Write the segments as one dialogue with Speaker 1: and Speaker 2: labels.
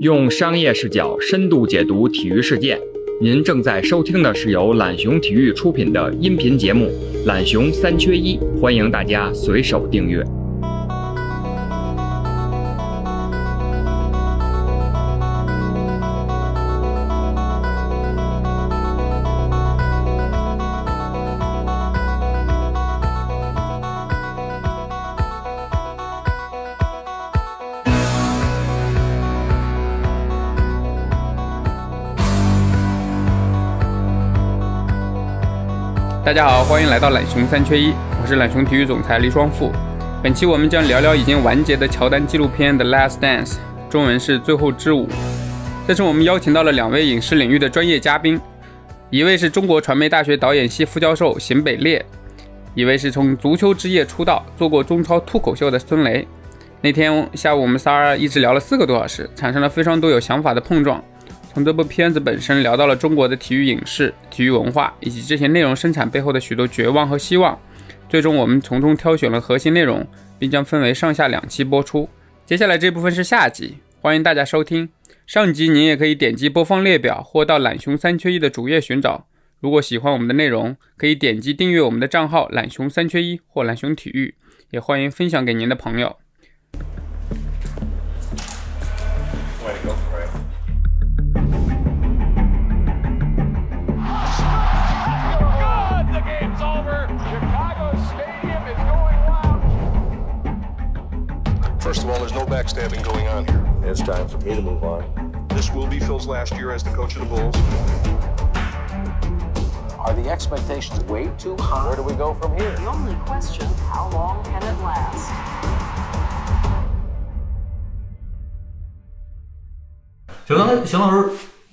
Speaker 1: 用商业视角深度解读体育事件。您正在收听的是由懒熊体育出品的音频节目《懒熊三缺一》，欢迎大家随手订阅。
Speaker 2: 大家好，欢迎来到懒熊三缺一，我是懒熊体育总裁黎双富。本期我们将聊聊已经完结的乔丹纪录片《The Last Dance》，中文是《最后之舞》。这次我们邀请到了两位影视领域的专业嘉宾，一位是中国传媒大学导演系副教授邢北烈，一位是从足球之夜出道做过中超脱口秀的孙雷。那天下午我们仨一直聊了四个多小时，产生了非常多有想法的碰撞。从这部片子本身聊到了中国的体育影视、体育文化，以及这些内容生产背后的许多绝望和希望。最终，我们从中挑选了核心内容，并将分为上下两期播出。接下来这部分是下集，欢迎大家收听。上集您也可以点击播放列表或到懒熊三缺一的主页寻找。如果喜欢我们的内容，可以点击订阅我们的账号“懒熊三缺一”或“懒熊体育”，也欢迎分享给您的朋友。
Speaker 3: The game's over. Chicago Stadium is going wild.
Speaker 4: First of all, there's no backstabbing going on here.
Speaker 5: It's time for me to move on.
Speaker 4: This will be Phil's last year as the coach of the Bulls.
Speaker 5: Are the expectations way too high? Where do we go from here?
Speaker 6: The only question, how long can it last?
Speaker 7: 就刚才邢老师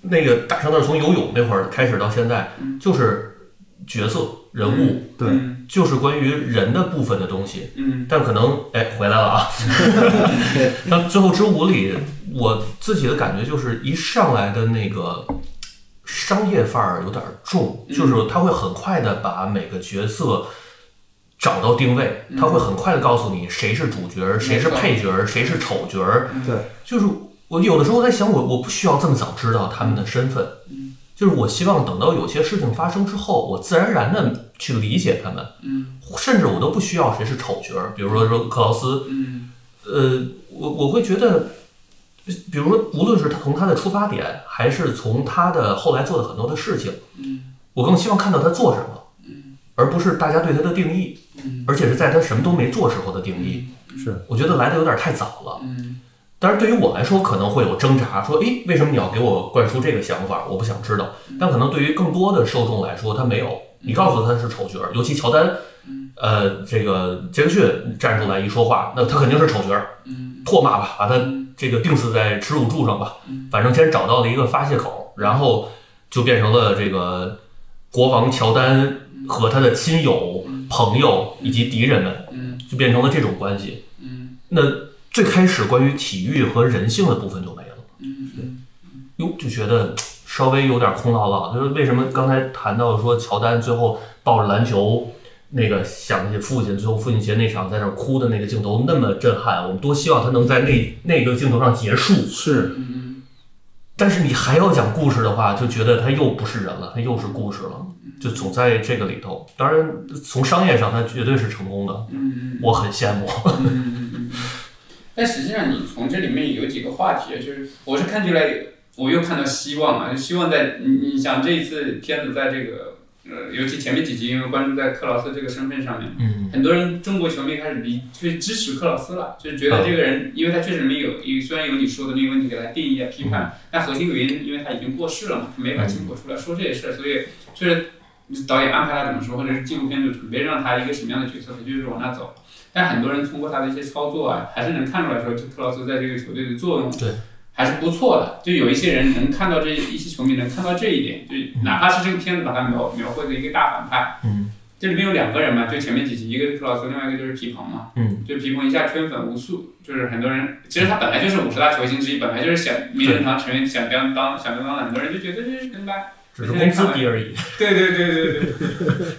Speaker 7: 那个大长段从游泳那会儿开始到现在，就是角色人物，对，就是关于人的部分的东西。嗯，但可能哎回来了啊。那最后之舞里，我自己的感觉就是一上来的那个商业范儿有点重，就是他会很快的把每个角色。找到定位，他会很快的告诉你谁是主角，谁是配角，谁是丑角。对，就是我有的时候在想，我我不需要这么早知道他们的身份，就是我希望等到有些事情发生之后，我自然而然的去理解他们。嗯，甚至我都不需要谁是丑角，比如说说克劳斯。嗯，呃，我我会觉得。比如说，无论是从他的出发点，还是从他的后来做的很多的事情，嗯，我更希望看到他做什么，而不是大家对他的定义，而且是在他什么都没做时候的定义。是，我觉得来的有点太早了。但是对于我来说，可能会有挣扎，说，诶，为什么你要给我灌输这个想法？我不想知道。但可能对于更多的受众来说，他没有。你告诉他是丑角儿，尤其乔丹，呃，这个杰克逊站出来一说话，那他肯定是丑角儿，唾骂吧，把他这个钉死在耻辱柱上吧。反正先找到了一个发泄口，然后就变成了这个国王乔丹和他的亲友、朋友以及敌人们，就变成了这种关系。那最开始关于体育和人性的部分就没了。对，哟，就觉得稍微有点空落落。就是为什么刚才谈到说乔丹最后抱着篮球，那个想起父亲，最后父亲节那场在那儿哭的那个镜头那么震撼，我们多希望他能在那那个镜头上结束。是。但是你还要讲故事的话，就觉得他又不是人了，他又是故事了，就总在这个里头。当然，从商业上他绝对是成功的，我很羡慕。
Speaker 2: 但实际上，你从这里面有几个话题，就是我是看出来，我又看到希望了，就希望在你你想这一次片子在这个呃，尤其前面几集，因为关注在克劳斯这个身份上面，
Speaker 7: 嗯，
Speaker 2: 很多人中国球迷开始理去支持克劳斯了，就是觉得这个人，因为他确实没有，有虽然有你说的那个问题给他定义啊批
Speaker 7: 嗯
Speaker 2: 判，但核心原因因为他已经过世了嘛，他没法亲口出来说这些事儿，所以就是导演安排他怎么说，或者是纪录片组准备让他一个什么样的角色，他就是往那走。但很多人通过他的一些操作啊，还是能看出来说，这克劳斯在这个球队的作用
Speaker 7: 对
Speaker 2: 还是不错的。就有一些人能看到这一些球迷能看到这一点，就哪怕是这个片子把它描描绘的一个大反派，
Speaker 7: 嗯
Speaker 2: 这里面有两个人嘛，就前面几集，一个是克劳斯，另外一个就是皮蓬嘛。
Speaker 7: 嗯，
Speaker 2: 就皮蓬一下圈粉无数，就是很多人，其实他本来就是五十大球星之一，本来就是想名人堂成员，想当当想当当的，很多人就觉得这是跟他，
Speaker 7: 只是工资低而已，
Speaker 2: 对对对对对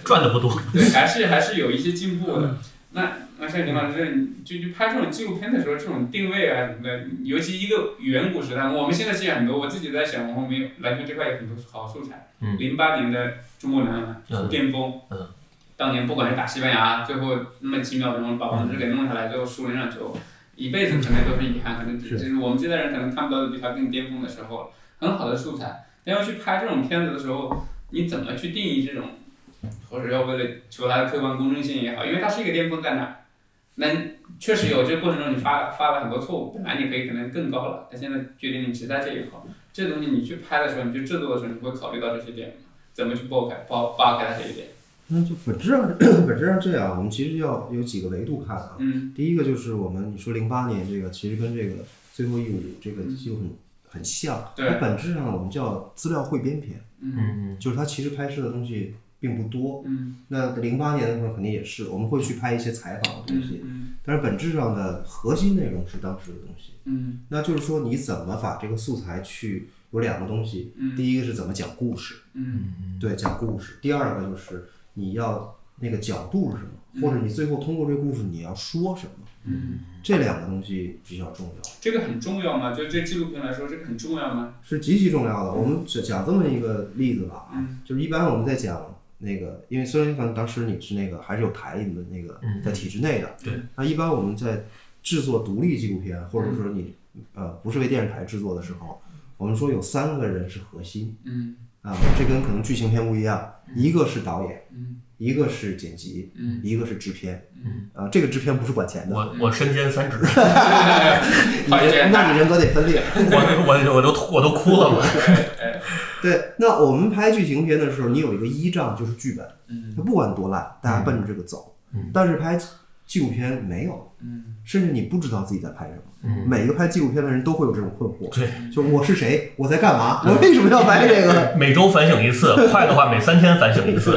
Speaker 7: 赚的不多。 嗯
Speaker 2: 对，还是还是有一些进步的。那那像林老师，你就就拍这种纪录片的时候，这种定位啊什么的，尤其一个远古时代，我们现在其实很多，我自己在想，我们篮球这块有很多好素材。
Speaker 7: 嗯
Speaker 2: 零八年的中国男篮
Speaker 7: 嗯
Speaker 2: 巅峰，
Speaker 7: 嗯
Speaker 2: 当年不管是打西班牙，最后那么几秒钟把王治给弄下来，最后输了那场球，一辈子可能都是遗憾，可能
Speaker 7: 是
Speaker 2: 就是我们这代人可能看不到比他更巅峰的时候了，很好的素材。但要去拍这种片子的时候，你怎么去定义这种，或者要为了求它的客观公正性也好，因为它是一个巅峰在那儿，那确实有这个过程中你发发了很多错误，本来你可以可能更高了，但现在决定你只在这一块儿，这东西你去拍的时候，你去制作的时候，你会考虑到这些点吗？怎么去爆开爆扒开它这一点？
Speaker 8: 那就本质上 本质上这样，我们其实要有几个维度看啊。
Speaker 2: 嗯
Speaker 8: 第一个就是我们你说零八年这个，其实跟这个最后一舞这个就很很像，
Speaker 2: 嗯对
Speaker 8: 它本质上我们叫资料汇编片，
Speaker 2: 嗯
Speaker 7: 嗯
Speaker 8: 就是它其实拍摄的东西并不多。
Speaker 2: 嗯
Speaker 8: 那零八年的时候肯定也是，我们会去拍一些采访的东西，
Speaker 2: 嗯
Speaker 8: 但是本质上的核心内容是当时的东西。
Speaker 2: 嗯
Speaker 8: 那就是说你怎么把这个素材去有两个东西，
Speaker 2: 嗯
Speaker 8: 第一个是怎么讲故事，
Speaker 2: 嗯
Speaker 8: 对，讲故事。第二个就是你要那个角度是什么，
Speaker 7: 嗯
Speaker 8: 或者你最后通过这个故事你要说什么，
Speaker 2: 嗯，
Speaker 8: 这两个东西比较重要，
Speaker 2: 这个很重要吗？就这纪录片来说，这个很重要吗？
Speaker 8: 是极其重要的。我们只讲这么一个例子吧，啊
Speaker 2: 嗯
Speaker 8: 就是一般我们在讲那个，因为虽然可能当时你是那个还是有台你的那个
Speaker 7: 嗯
Speaker 8: 在体制内的，
Speaker 7: 对，
Speaker 8: 那一般我们在制作独立纪录片，或者说
Speaker 7: 嗯
Speaker 8: 你呃不是为电视台制作的时候，我们说有三个人是核心
Speaker 2: 嗯
Speaker 8: 啊，这跟可能剧情片不一样，一个是导演，
Speaker 2: 嗯
Speaker 8: 一个是剪辑，
Speaker 2: 嗯
Speaker 8: 一个是制片，
Speaker 2: 嗯，
Speaker 8: 啊，这个制片不是管钱的，
Speaker 7: 我我身兼三职，
Speaker 8: 你
Speaker 2: 好
Speaker 8: 这
Speaker 2: 简
Speaker 8: 那
Speaker 2: 单。
Speaker 8: 你人格得分裂。
Speaker 7: 我我我都吐我都哭了 我。
Speaker 8: 对，那我们拍剧情片的时候，你有一个依仗就是剧本，
Speaker 2: 嗯
Speaker 8: 它不管多烂，大家奔着这个走。
Speaker 7: 嗯
Speaker 8: 但是拍纪录片没有，
Speaker 2: 嗯
Speaker 8: 甚至你不知道自己在拍什么。
Speaker 7: 嗯，
Speaker 8: 每个拍纪录片的人都会有这种困惑，
Speaker 7: 对，
Speaker 8: 就我是谁，我在干嘛，我为什么要拍这个？
Speaker 7: 每周反省一次，快的话每三天反省一次。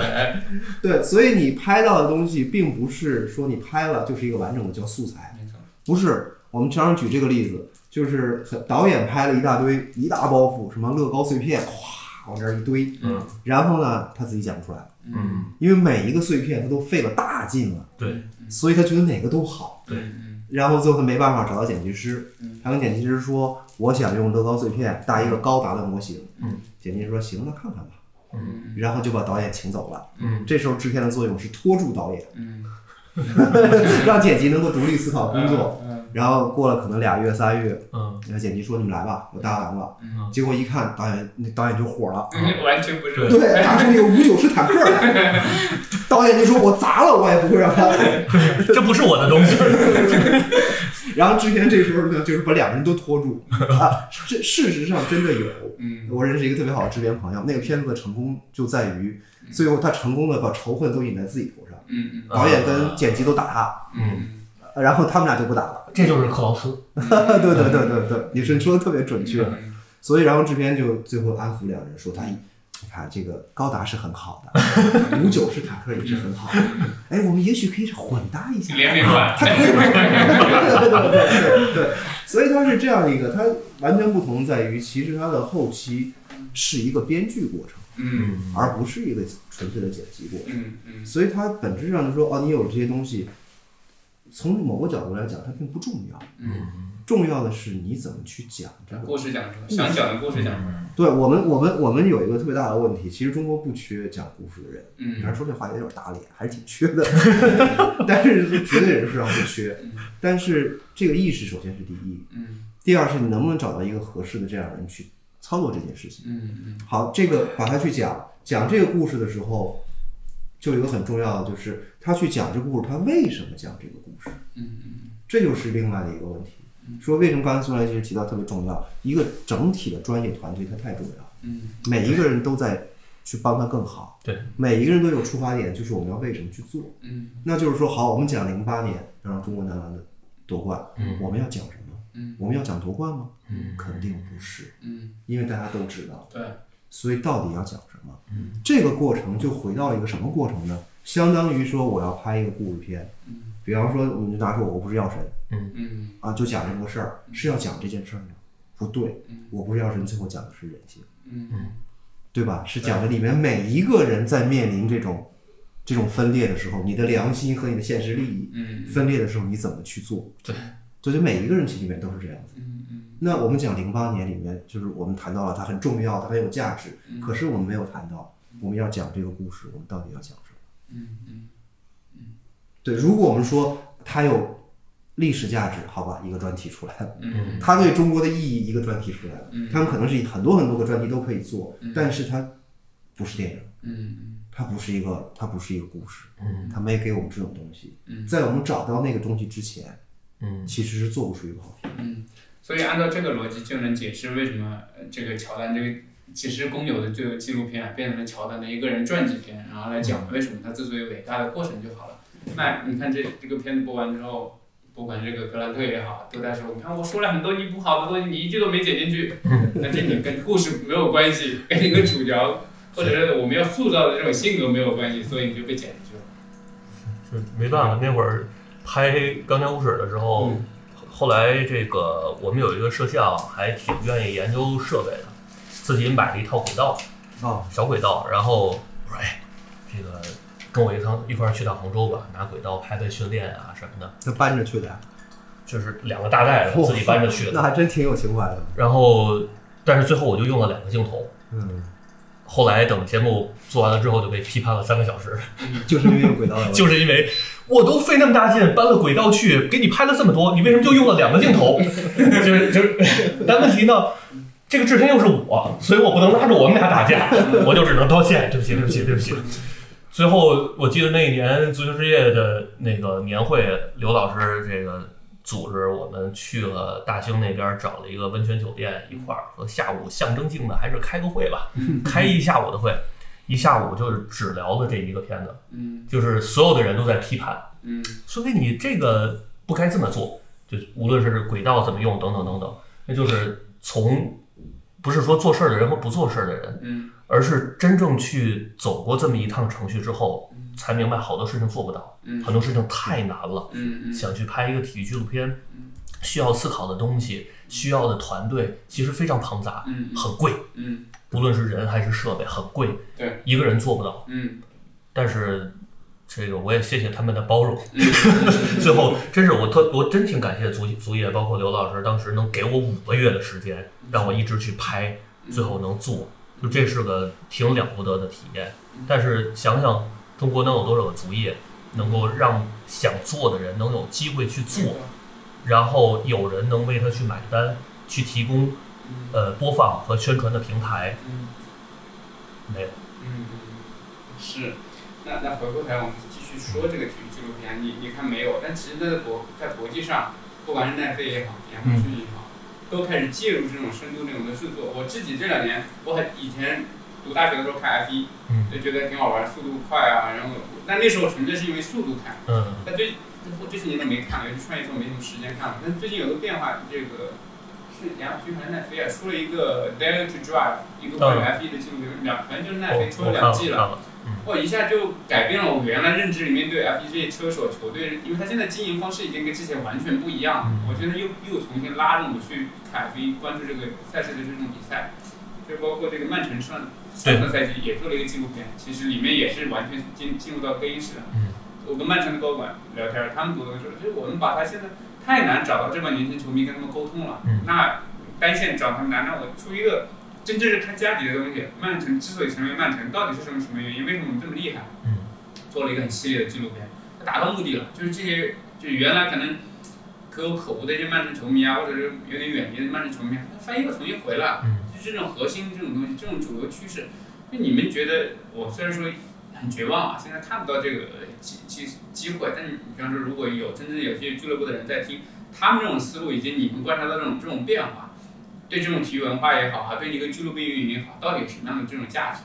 Speaker 8: 对，所以你拍到的东西，并不是说你拍了就是一个完整的叫素材，
Speaker 2: 没错。
Speaker 8: 不是，我们常常举这个例子，就是很导演拍了一大堆一大包袱，什么乐高碎片，哗往这儿一堆，
Speaker 7: 嗯
Speaker 8: 然后呢，他自己讲不出来，
Speaker 7: 嗯，
Speaker 8: 因为每一个碎片他都费了大劲了，
Speaker 7: 对，
Speaker 8: 所以他觉得哪个都好，
Speaker 7: 对
Speaker 2: 嗯
Speaker 8: 然后最后他没办法找到剪辑师
Speaker 2: 嗯，
Speaker 8: 他跟剪辑师说，我想用乐高碎片搭一个高达的模型，
Speaker 7: 嗯，
Speaker 8: 剪辑师说行，那看看吧，
Speaker 2: 嗯
Speaker 8: 然后就把导演请走了，
Speaker 7: 嗯，
Speaker 8: 这时候制片的作用是拖住导演，
Speaker 2: 嗯，
Speaker 8: 让剪辑能够独立思考工作，
Speaker 2: 嗯
Speaker 8: 然后过了可能俩月仨月，
Speaker 7: 嗯
Speaker 8: 然后剪辑说你们来吧，我搭完了。
Speaker 2: 嗯
Speaker 8: 结果一看导演，那导演就火了，
Speaker 2: 嗯， 完全不是。
Speaker 8: 对，拿出一个五九式坦克来， 导演就说我砸了，我也不会让他。
Speaker 7: 嗯这不是我的 东西。
Speaker 8: 然后制片这时候呢，就是把两个人都拖住啊。这事实上真的有，
Speaker 2: 嗯
Speaker 8: 我认识一个特别好的制片朋友，那个片子的成功就在于最后他成功的把仇恨都引在自己头上，
Speaker 2: 嗯
Speaker 8: 导演跟剪辑都打他，
Speaker 2: 嗯
Speaker 8: 然后他们俩就不打了。
Speaker 7: 这就是克劳斯。
Speaker 8: 对对对对对，你是说的特别准确。
Speaker 2: 嗯，
Speaker 8: 所以，然后制片就最后安抚两人说：“他一，你看这个高达是很好的，五九式坦克也是很好的， 哎，我们也许可以混搭一下。”
Speaker 2: 连连 贯。
Speaker 8: 对对对对对，所以它是这样一个，它完全不同在于，其实它的后期是一个编剧过程，
Speaker 2: 嗯
Speaker 8: 而不是一个纯粹的剪辑过程。
Speaker 2: 嗯嗯
Speaker 8: 所以它本质上就说，哦，你有这些东西，从某个角度来讲，它并不重要，
Speaker 2: 嗯，
Speaker 8: 重要的是你怎么去讲这个
Speaker 2: 故事讲出来，想讲的故事讲出来。
Speaker 8: 对我们，我们我们有一个特别大的问题，其实中国不缺讲故事的人。
Speaker 2: 嗯
Speaker 8: 然后说这话有点打脸，还是挺缺的。 但是绝对人数上不缺，但是这个意识首先是第一，
Speaker 2: 嗯
Speaker 8: 第二是你能不能找到一个合适的这样的人去操作这件事情。
Speaker 2: 嗯
Speaker 8: 好，这个把它去讲讲这个故事的时候，就有一个很重要的就是他去讲这个故事，他为什么讲这个故事？
Speaker 2: 嗯
Speaker 8: 这就是另外的一个问题。说为什么刚才苏兰其实提到特别重要，一个整体的专业团队它太重要了。
Speaker 2: 嗯
Speaker 8: 每一个人都在去帮他更好，
Speaker 7: 对，
Speaker 8: 每一个人都有出发点，就是我们要为什么去做。
Speaker 2: 嗯
Speaker 8: 那就是说，好，我们讲零八年要让中国男篮的夺冠，
Speaker 7: 嗯
Speaker 8: 我们要讲什么？
Speaker 2: 嗯
Speaker 8: 我们要讲夺冠吗？
Speaker 7: 嗯
Speaker 8: 肯定不是，
Speaker 2: 嗯，
Speaker 8: 因为大家都知道，
Speaker 2: 对，
Speaker 8: 所以到底要讲什么？
Speaker 7: 嗯
Speaker 8: 这个过程就回到一个什么过程呢？相当于说我要拍一个故事片，
Speaker 2: 嗯
Speaker 8: 比方说我们就拿出我不是药神
Speaker 2: 嗯
Speaker 8: 啊，就讲这么个事儿，是要讲这件事儿吗？不对
Speaker 2: 嗯，
Speaker 8: 我不是药神，最后讲的是人性。
Speaker 2: 嗯
Speaker 8: 对吧？是讲的里面每一个人在面临这种这种分裂的时候，你的良心和你的现实利益
Speaker 2: 嗯
Speaker 8: 分裂的时候，你怎么去做？
Speaker 7: 对，
Speaker 8: 所以每一个人体里面都是这样子。
Speaker 2: 嗯
Speaker 8: 那我们讲零八年里面，就是我们谈到了它很重要，它很有价值，
Speaker 2: 嗯
Speaker 8: 可是我们没有谈到我们要讲这个故事，我们到底要讲什么？对，如果我们说它有历史价值，好吧，一个专题出来了。
Speaker 2: 嗯
Speaker 8: 它对中国的意义一个专题出来了，
Speaker 7: 嗯
Speaker 8: 他们可能是很多很多个专题都可以做，但是它不是电影，
Speaker 2: 嗯
Speaker 8: 它不是一个，它不是一个故事，
Speaker 7: 嗯
Speaker 8: 它没给我们这种东西。
Speaker 2: 嗯
Speaker 8: 在我们找到那个东西之前，
Speaker 7: 嗯
Speaker 8: 其实是做不出一个好片。
Speaker 2: 嗯，所以按照这个逻辑就能解释为什么呃这个乔丹这个其实公有的这个纪录片啊变成了乔丹的一个人传记片，然后来讲为什么他之所以伟大的过程就好了。那你看这这个片子播完之后，不管这个格兰特也好，都在说，你看我说了很多你不好的东西，你一句都没剪进去，那这你跟故事没有关系，跟你跟主角或者是我们要塑造的这种性格没有关系，所以你就被剪进去了。
Speaker 7: 就没办法，那会儿拍《钢枪无耻》的时候，后来这个我们有一个摄像还挺愿意研究设备的，自己买了一套轨道，
Speaker 8: 哦，
Speaker 7: 小轨道，然后我说哎，这个跟我一趟一块儿去趟杭州吧，拿轨道拍拍训练啊什么的，
Speaker 8: 他搬着去的呀，
Speaker 7: 就是两个大袋子哎自己搬着去
Speaker 8: 那
Speaker 7: 的，
Speaker 8: 还真挺有情怀的。
Speaker 7: 然后但是最后我就用了两个镜头。
Speaker 8: 嗯，
Speaker 7: 后来等节目做完了之后，就被批判了三个小时，
Speaker 8: 嗯就是因为有轨 道的问题，
Speaker 7: 就是因为我都费那么大劲搬了轨道去，给你拍了这么多，你为什么就用了两个镜头？ 就是就是，但问题呢，这个制片又是我，所以我不能拉着我们俩打架，我就只能道歉，对不起，对不起，对不起。最后我记得那一年足球之夜的那个年会，刘老师这个组织我们去了大兴那边找了一个温泉酒店一块儿，说下午象征性的还是开个会吧，开一下午的会，一下午就是只聊了这一个片子。
Speaker 2: 嗯
Speaker 7: 就是所有的人都在批判，
Speaker 2: 嗯
Speaker 7: 说明你这个不该这么做，就是无论是轨道怎么用等等等等，那就是从不是说做事儿的人和不做事儿的人，
Speaker 2: 嗯
Speaker 7: 而是真正去走过这么一趟程序之后，才明白好多事情做不到，
Speaker 2: 嗯
Speaker 7: 很多事情太难了。
Speaker 2: 嗯嗯
Speaker 7: 想去拍一个体育纪录片，需要思考的东西，需要的团队其实非常庞杂，
Speaker 2: 嗯嗯
Speaker 7: 很贵，
Speaker 2: 嗯
Speaker 7: 无论是人还是设备，很贵，
Speaker 2: 对，
Speaker 7: 一个人做不到。
Speaker 2: 嗯
Speaker 7: 但是这个我也谢谢他们的包容。 最后，真是我特我真挺感谢足足业，包括刘老师当时能给我五个月的时间，让我一直去拍，最后能做，就这是个挺了不得的体验。但是想想中国能有多少个足业，能够让想做的人能有机会去做，然后有人能为他去买单，去提供呃播放和宣传的平台，
Speaker 2: 嗯。
Speaker 7: 没有。
Speaker 2: 嗯，是。那那回过头来，我们继续说这个体育纪录片，你你看没有？但其实在国在国际上，不管是奈飞也好，亚马逊也好，都开始介入这种深度内容的制作。我自己这两年，我很以前读大学的时候看 F 一
Speaker 7: 嗯，
Speaker 2: 就觉得挺好玩，速度快啊。然后，但那时候纯粹是因为速度看。
Speaker 7: 嗯
Speaker 2: 但最我这些年都没看了，尤其创业之后没什么时间看了。但最近有个变化，这个是亚马逊还是奈飞啊，出了一个《Dare to Drive》，一个关于
Speaker 7: 嗯哦
Speaker 2: F 一的纪录片，两反正就是奈
Speaker 7: 我
Speaker 2: 飞出
Speaker 7: 我
Speaker 2: 了
Speaker 7: 看了
Speaker 2: 两
Speaker 7: 看
Speaker 2: 季了。
Speaker 7: 了，
Speaker 2: 我一下就改变了我原来认知里面对 F 一这些车手、球队，因为他现在经营方式已经跟之前完全不一样了。我觉得又又重新拉着我去看 F 一，关注这个赛事的这种比赛，就包括这个曼城上上个赛季也做了一个纪录片，其实里面也是完全进进入到更衣室了。
Speaker 7: 嗯
Speaker 2: 我跟曼城的高管聊天，他们都说，就是我们把他现在太难找到这帮年轻球迷跟他们沟通了。
Speaker 7: 嗯
Speaker 2: 那单线找他们难，那我出一个真正是看家底的东西。曼城之所以成为曼城，到底是什么什么原因？为什么我们这么厉害？
Speaker 7: 嗯。
Speaker 2: 做了一个很系列的纪录片，它达到目的了，就是这些就原来可能可有可无的一些曼城球迷啊，或者是有点远离的曼城球迷啊，他翻译又重新回来，
Speaker 7: 嗯
Speaker 2: 就这种核心这种东西，这种主流趋势，就你们觉得我虽然说很绝望啊，现在看不到这个呃机机机会，但是你比方说如果有真正有些俱乐部的人在听，他们这种思路以及你们观察到这种这种变化，对这种体育文化也好啊，对一个俱乐部运营也好，到底有什么样的这种价值？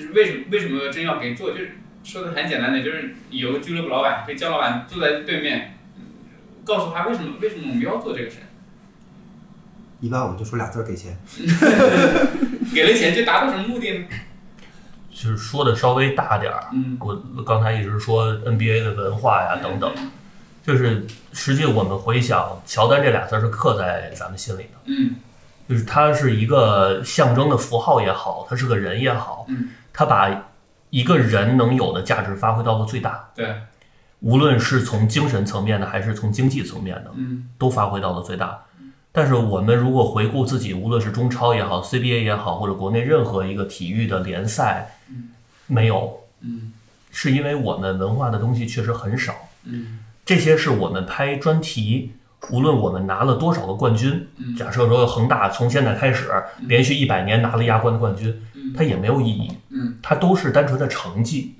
Speaker 2: 是为什么为什么真要给做？就是说的很简单的，就是有个俱乐部老板被姜老板坐在对面，嗯告诉他为什么为什么我们要做这个事儿，
Speaker 8: 一般我们就说俩字儿给钱。
Speaker 2: 给了钱就达到什么目的呢？
Speaker 7: 就是说的稍微大点儿。
Speaker 2: 嗯
Speaker 7: 我刚才一直说 NBA 的文化呀等等，就是实际我们回想，乔丹这俩字儿是刻在咱们心里的，
Speaker 2: 嗯
Speaker 7: 就是它是一个象征的符号也好，它是个人也好
Speaker 2: 嗯，
Speaker 7: 它把一个人能有的价值发挥到了最大，
Speaker 3: 对，
Speaker 7: 无论是从精神层面的还是从经济层面的，
Speaker 3: 嗯，
Speaker 7: 都发挥到了最大。但是我们如果回顾自己，无论是中超也好，CBA 也好，或者国内任何一个体育的联赛，没有，
Speaker 3: 嗯，
Speaker 7: 是因为我们文化的东西确实很少。
Speaker 3: 嗯，
Speaker 7: 这些是我们拍专题，无论我们拿了多少个冠军，
Speaker 3: 嗯
Speaker 7: 假设说恒大从现在开始连续一百年拿了亚冠的冠军，它也没有意义，
Speaker 3: 嗯，
Speaker 7: 它都是单纯的成绩，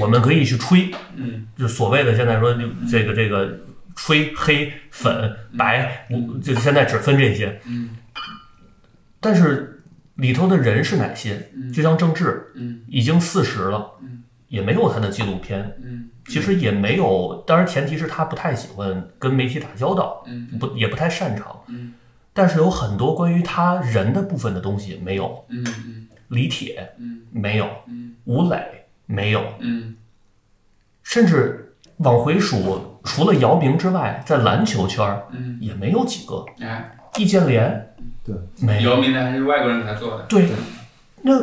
Speaker 7: 我们可以去吹，
Speaker 3: 嗯，
Speaker 7: 就所谓的现在说就这个这个吹黑粉白，我就现在只分这些，
Speaker 3: 嗯，
Speaker 7: 但是里头的人是哪些？就像郑智，
Speaker 3: 嗯，
Speaker 7: 已经四十了，
Speaker 3: 嗯，
Speaker 7: 也没有他的纪录片，
Speaker 3: 嗯
Speaker 7: 其实也没有，当然前提是他不太喜欢跟媒体打交道，
Speaker 3: 嗯
Speaker 7: 不也不太擅长。
Speaker 3: 嗯
Speaker 7: 但是有很多关于他人的部分的东西没有，
Speaker 3: 嗯嗯
Speaker 7: 李铁
Speaker 3: 嗯
Speaker 7: 没有，
Speaker 3: 嗯
Speaker 7: 吴磊没有，
Speaker 3: 嗯
Speaker 7: 甚至往回数，除了姚明之外，在篮球圈儿
Speaker 3: 嗯，
Speaker 7: 也没有几个。
Speaker 3: 哎，
Speaker 7: 易建联
Speaker 8: 对
Speaker 7: 没有
Speaker 3: 姚明的还是外国人给他做的，
Speaker 7: 对，那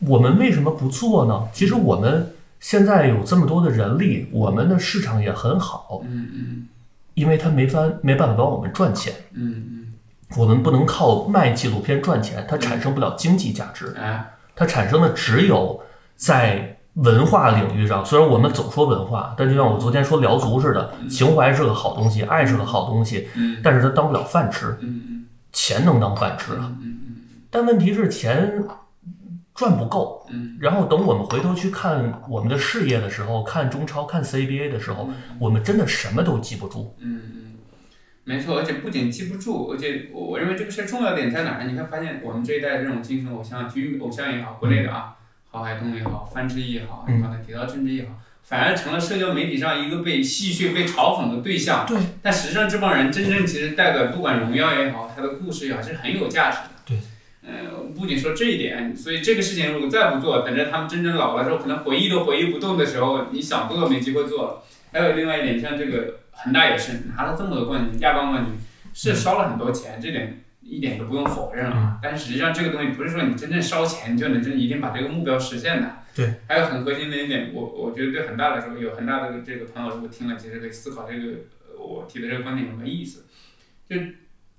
Speaker 7: 我们为什么不做呢？其实我们现在有这么多的人力，我们的市场也很好，
Speaker 3: 嗯
Speaker 7: 因为他没法没办法帮我们赚钱。
Speaker 3: 嗯嗯
Speaker 7: 我们不能靠卖纪录片赚钱，它产生不了经济价值
Speaker 3: 嗯，，哎，
Speaker 7: 它产生的只有在文化领域上。虽然我们总说文化，但就像我昨天说辽足似的，情怀是个好东西，爱是个好东西，
Speaker 3: 嗯
Speaker 7: 但是它当不了饭吃，
Speaker 3: 嗯
Speaker 7: 钱能当饭吃啊。
Speaker 3: 嗯
Speaker 7: 但问题是钱赚不够，
Speaker 3: 嗯
Speaker 7: 然后等我们回头去看我们的事业的时候，看中超、看 CBA 的时候，我们真的什么都记不住。
Speaker 3: 嗯嗯，没错，而且不仅记不住，而且我我认为这个事儿重要点在哪儿？你会发现我们这一代这种精神偶
Speaker 7: 嗯
Speaker 3: 像、体育偶像也好，国内的啊，郝海东也好，范志毅也好，
Speaker 7: 嗯
Speaker 3: 你刚才提到郑智也好。反而成了社交媒体上一个被戏谑、被嘲讽的对象。
Speaker 7: 对，
Speaker 3: 但实际上这帮人真正其实带的，不管荣耀也好，他的故事也好，是很有价值的。
Speaker 7: 对，
Speaker 3: 嗯，不仅说这一点，所以这个事情如果再不做，等着他们真正老了之后，可能回忆都回忆不动的时候，你想做没机会做了。还有另外一点，像这个恒大也是拿了这么多冠军，亚冠冠军
Speaker 7: 嗯
Speaker 3: 是烧了很多钱，这点一点都不用否认啊。但是实际上这个东西不是说你真正烧钱就能真一定把这个目标实现的。
Speaker 7: 对，
Speaker 3: 还有很核心的一点，我我觉得对恒大来说，有恒大的这个朋友如果听了，其实可以思考这个呃我提的这个观点有没有意思。就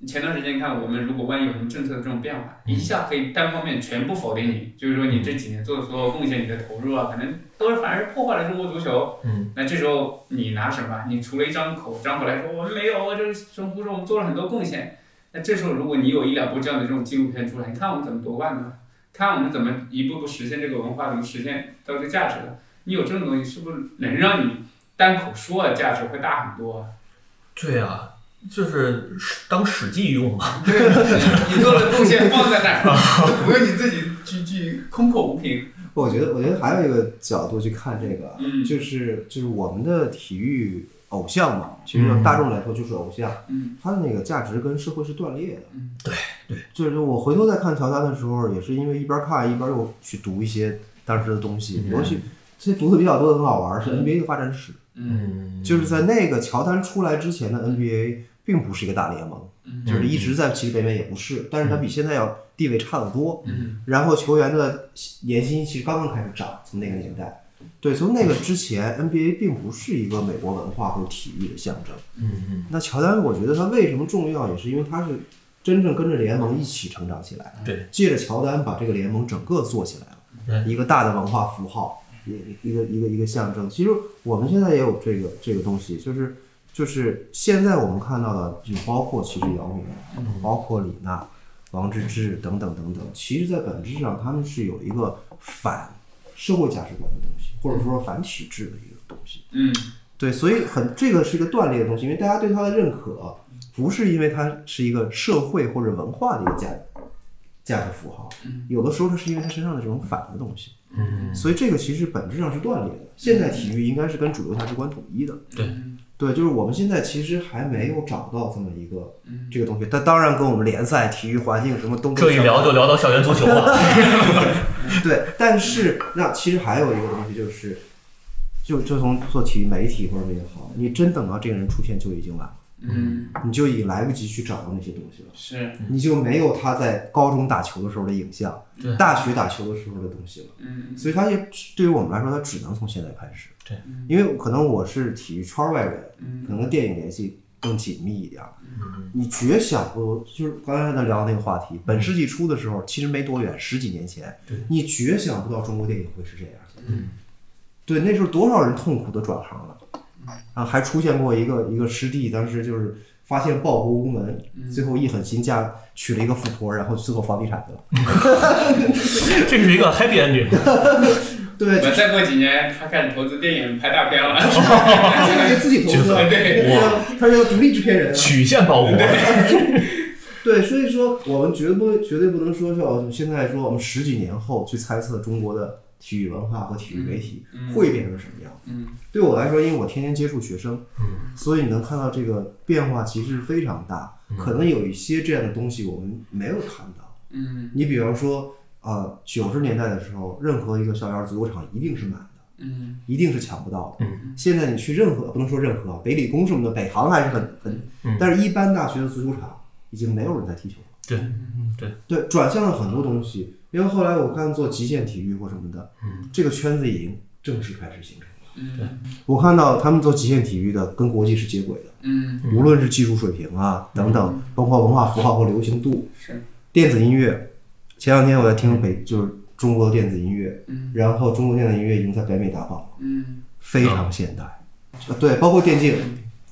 Speaker 3: 前段时间看，我们如果万一有什么政策的这种变化，
Speaker 7: 嗯
Speaker 3: 一下可以单方面全部否定你，就是说你这几年做的所有贡献、你的投入啊，可能都是反而破坏了中国足球。
Speaker 7: 嗯，
Speaker 3: 那这时候你拿什么？你除了一张口张口来说我们没有，我就是从不是我们做了很多贡献。那这时候如果你有一两部这样的这种纪录片出来，你看我们怎么夺冠呢？看我们怎么一步步实现这个文化，怎么实现到这个价值的？你有这种东西，是不是能让你单口说的价值会大很多啊？
Speaker 7: 对啊，就是当史记 用吧。
Speaker 3: 对，你做了 贡献放在那儿，不用你自己去去空口无凭。
Speaker 8: 我觉得，我觉得还有一个角度去看这个，
Speaker 3: 嗯
Speaker 8: 就是就是我们的体育偶像嘛，其实让大众来说就是偶像，
Speaker 3: 嗯
Speaker 8: 他的那个价值跟社会是断裂的。
Speaker 3: 嗯
Speaker 8: 对对，就是我回头再看乔丹的时候，也是因为一边看一边又去读一些当时的东西，尤其这些读的比较多的很好玩，是 NBA 的发展史，
Speaker 3: 嗯
Speaker 8: 就是在那个乔丹出来之前的 NBA 并不是一个大联盟，
Speaker 3: 嗯
Speaker 8: 就是一直在其实北美也不是，但是它比现在要地位差得多。
Speaker 3: 嗯
Speaker 8: 然后球员的年薪其实刚刚开始涨，从那个年代，对，从那个之前，NBA 并不是一个美国文化或者体育的象征。
Speaker 7: 嗯嗯
Speaker 8: 那乔丹，我觉得他为什么重要，也是因为他是真正跟着联盟一起成长起来，
Speaker 7: 对，
Speaker 8: 借着乔丹把这个联盟整个做起来了，
Speaker 7: 对
Speaker 8: 一个大的文化符号，一一个一个一个象征。其实我们现在也有这个这个东西，就是就是现在我们看到的，就包括其实姚明，包括李娜、王治郅等等等等，其实在本质上他们是有一个反社会价值观的东西，或者说反体制的一个东西。
Speaker 3: 嗯
Speaker 8: 对，所以很这个是一个断裂的东西，因为大家对它的认可，不是因为它是一个社会或者文化的一个价价值符号，有的时候它是因为它身上的这种反的东西，
Speaker 7: 嗯
Speaker 8: 所以这个其实本质上是断裂的。现代体育应该是跟主流价值观统一的，
Speaker 7: 对
Speaker 8: 对，就是我们现在其实还没有找到这么一个
Speaker 3: 嗯
Speaker 8: 这个东西，它当然跟我们联赛、体育环境什么东
Speaker 7: 这一聊就聊到校园足球了。
Speaker 8: 对，但是那其实还有一个东西就是，就就从做体育媒体或者什么也好，你真等到这个人出现就已经晚了。
Speaker 2: 嗯，
Speaker 8: 你就已来不及去掌握那些东西了，
Speaker 2: 是，
Speaker 8: 你就没有他在高中打球的时候的影像
Speaker 7: 对，
Speaker 8: 大学打球的时候的东西了。
Speaker 2: 嗯
Speaker 8: 所以他也对于我们来说，他只能从现在开始。
Speaker 7: 对，
Speaker 8: 因为可能我是体育圈外人，
Speaker 2: 嗯
Speaker 8: 可能跟电影联系更紧密一点儿。
Speaker 7: 嗯
Speaker 8: 你绝想不，就是刚才在聊那个话题，本世纪初的时候，其实没多远，十几年前
Speaker 7: 对，
Speaker 8: 你绝想不到中国电影会是这样。嗯，对，那时候多少人痛苦的转行了，啊，还出现过一个一个师弟，当时就是发现报国无门，
Speaker 2: 嗯
Speaker 8: 最后一狠心嫁娶了一个富婆，然后最后房地产去了。
Speaker 7: 这是一个 happy ending，
Speaker 8: 对，
Speaker 2: 我再过几年，他开始投资电影拍大片了。
Speaker 8: 他现在就自己投资了，
Speaker 2: 对
Speaker 7: 哇
Speaker 8: 他是个独立制片人啊。
Speaker 7: 曲线 包裹。
Speaker 8: 对，所以说我们绝不绝对不能说像我们现在说我们十几年后去猜测中国的体育文化和体育媒体会变成什么样。
Speaker 2: 嗯，
Speaker 8: 对我来说，因为我天天接触学生，所以你能看到这个变化其实非常大。可能有一些这样的东西我们没有看到。
Speaker 2: 嗯
Speaker 8: 你比方说，呃，九十年代的时候，任何一个校园足球场一定是满的。
Speaker 2: 嗯
Speaker 8: 一定是抢不到的。
Speaker 7: 嗯
Speaker 8: 现在你去任何不能说任何啊北理工什么的，北航还是很很，
Speaker 7: 嗯
Speaker 8: 但是一般大学的足球场已经没有人在踢球了。
Speaker 7: 对，嗯对，
Speaker 8: 对，转向了很多东西。因为后来我看做极限体育或什么的，
Speaker 7: 嗯
Speaker 8: 这个圈子已经正式开始形成了。
Speaker 2: 嗯
Speaker 8: 我看到他们做极限体育的跟国际是接轨的，
Speaker 2: 嗯，
Speaker 8: 无论是技术水平啊等等，包括文化符号和流行度，
Speaker 2: 是，
Speaker 8: 电子音乐，前两天我在听北就是中国电子音乐，
Speaker 2: 嗯
Speaker 8: 然后中国电子音乐已经在北美打榜了。
Speaker 2: 嗯
Speaker 8: 非常现代，呃对，包括电竞，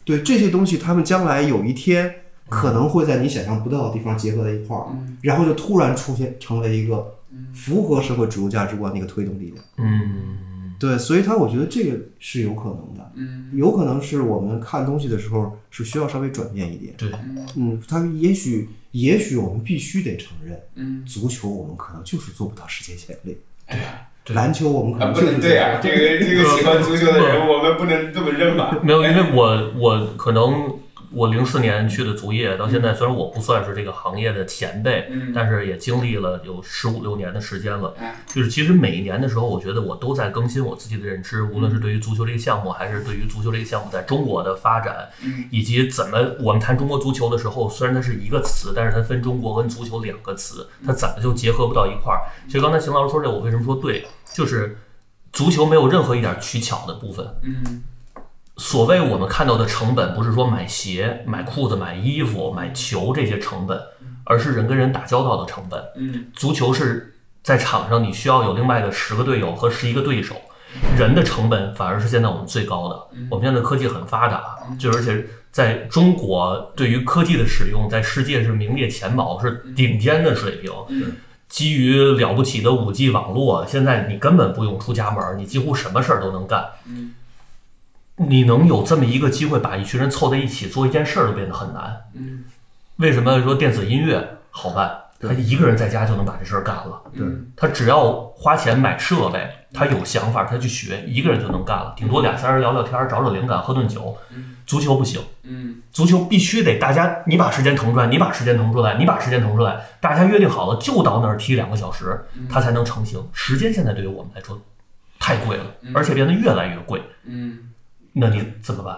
Speaker 8: 对这些东西，他们将来有一天可能会在你想象不到的地方结合在一块儿，
Speaker 2: 嗯
Speaker 8: 然后就突然出现成为一个符合社会主流价值观的一个推动力量。
Speaker 7: 嗯
Speaker 8: 对，所以它我觉得这个是有可能的，
Speaker 2: 嗯
Speaker 8: 有可能是我们看东西的时候是需要稍微转变一点。
Speaker 7: 对，
Speaker 8: 嗯，它也许也许我们必须得承认，
Speaker 2: 嗯，
Speaker 8: 足球我们可能就是做不到世界前列，
Speaker 2: 哎呀，
Speaker 7: 对
Speaker 8: 篮球我们可
Speaker 2: 啊
Speaker 8: 能
Speaker 2: 不
Speaker 8: 就
Speaker 2: 能
Speaker 8: 是
Speaker 2: 对啊，这个这个喜欢足球的人，我们不能这么认吧？
Speaker 7: 没有，因为我我可能我零四年去的足业，到现在虽然我不算是这个行业的前辈，
Speaker 2: 嗯
Speaker 7: 但是也经历了有十五六年的时间了。
Speaker 2: 哎
Speaker 7: 就是其实每一年的时候，我觉得我都在更新我自己的认知，无
Speaker 2: 嗯
Speaker 7: 论是对于足球这个项目，还是对于足球这个项目在中国的发展，
Speaker 2: 嗯
Speaker 7: 以及怎么我们谈中国足球的时候，虽然它是一个词，但是它分中国跟足球两个词，它
Speaker 2: 嗯
Speaker 7: 怎么就结合不到一块儿？所以刚才邢老师说这，我为什么说对？就是足球没有任何一点取巧的部分，
Speaker 2: 嗯
Speaker 7: 所谓我们看到的成本，不是说买鞋、买裤子、买衣服、买球这些成本，而是人跟人打交道的成本。
Speaker 2: 嗯
Speaker 7: 足球是在场上你需要有另外的十个队友和十一个对手，人的成本反而是现在我们最高的。我们现在科技很发达，就而且在中国对于科技的使用，在世界是名列前茅，是顶尖的水平。基于了不起的五 G 网络，现在你根本不用出家门儿，你几乎什么事儿都能干。你能有这么一个机会把一群人凑在一起做一件事儿，都变得很难。
Speaker 2: 嗯
Speaker 7: 为什么说电子音乐好办？他一个人在家就能把这事儿干了。他只要花钱买设备，他有想法，他去学，一个人就能干了。顶多俩仨人聊聊天，找找灵感，喝顿酒。足球不行，
Speaker 2: 嗯
Speaker 7: 足球必须得大家，你把时间腾出来，你把时间腾出来，你把时间腾出来，大家约定好了，就到那儿踢两个小时，它才能成型。时间现在对于我们来说太贵了，而且变得越来越贵。
Speaker 2: 嗯
Speaker 7: 那你怎么办？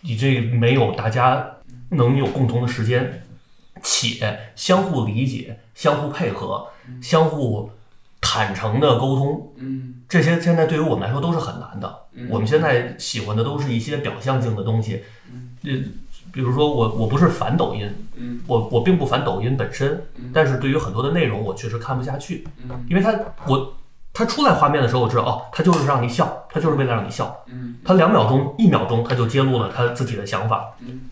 Speaker 7: 你这没有大家能有共同的时间，且相互理解、相互配合、相互坦诚的沟通，
Speaker 2: 嗯
Speaker 7: 这些现在对于我们来说都是很难的。我们现在喜欢的都是一些表象性的东西，呃，比如说我我不是反抖音，
Speaker 2: 嗯
Speaker 7: 我我并不烦抖音本身，但是对于很多的内容我确实看不下去，
Speaker 2: 嗯
Speaker 7: 因为它我它出来画面的时候我知道哦，它就是让你笑，它就是为了让你笑，
Speaker 2: 嗯
Speaker 7: 他两秒钟、一秒钟，他就揭露了他自己的想法。
Speaker 2: 嗯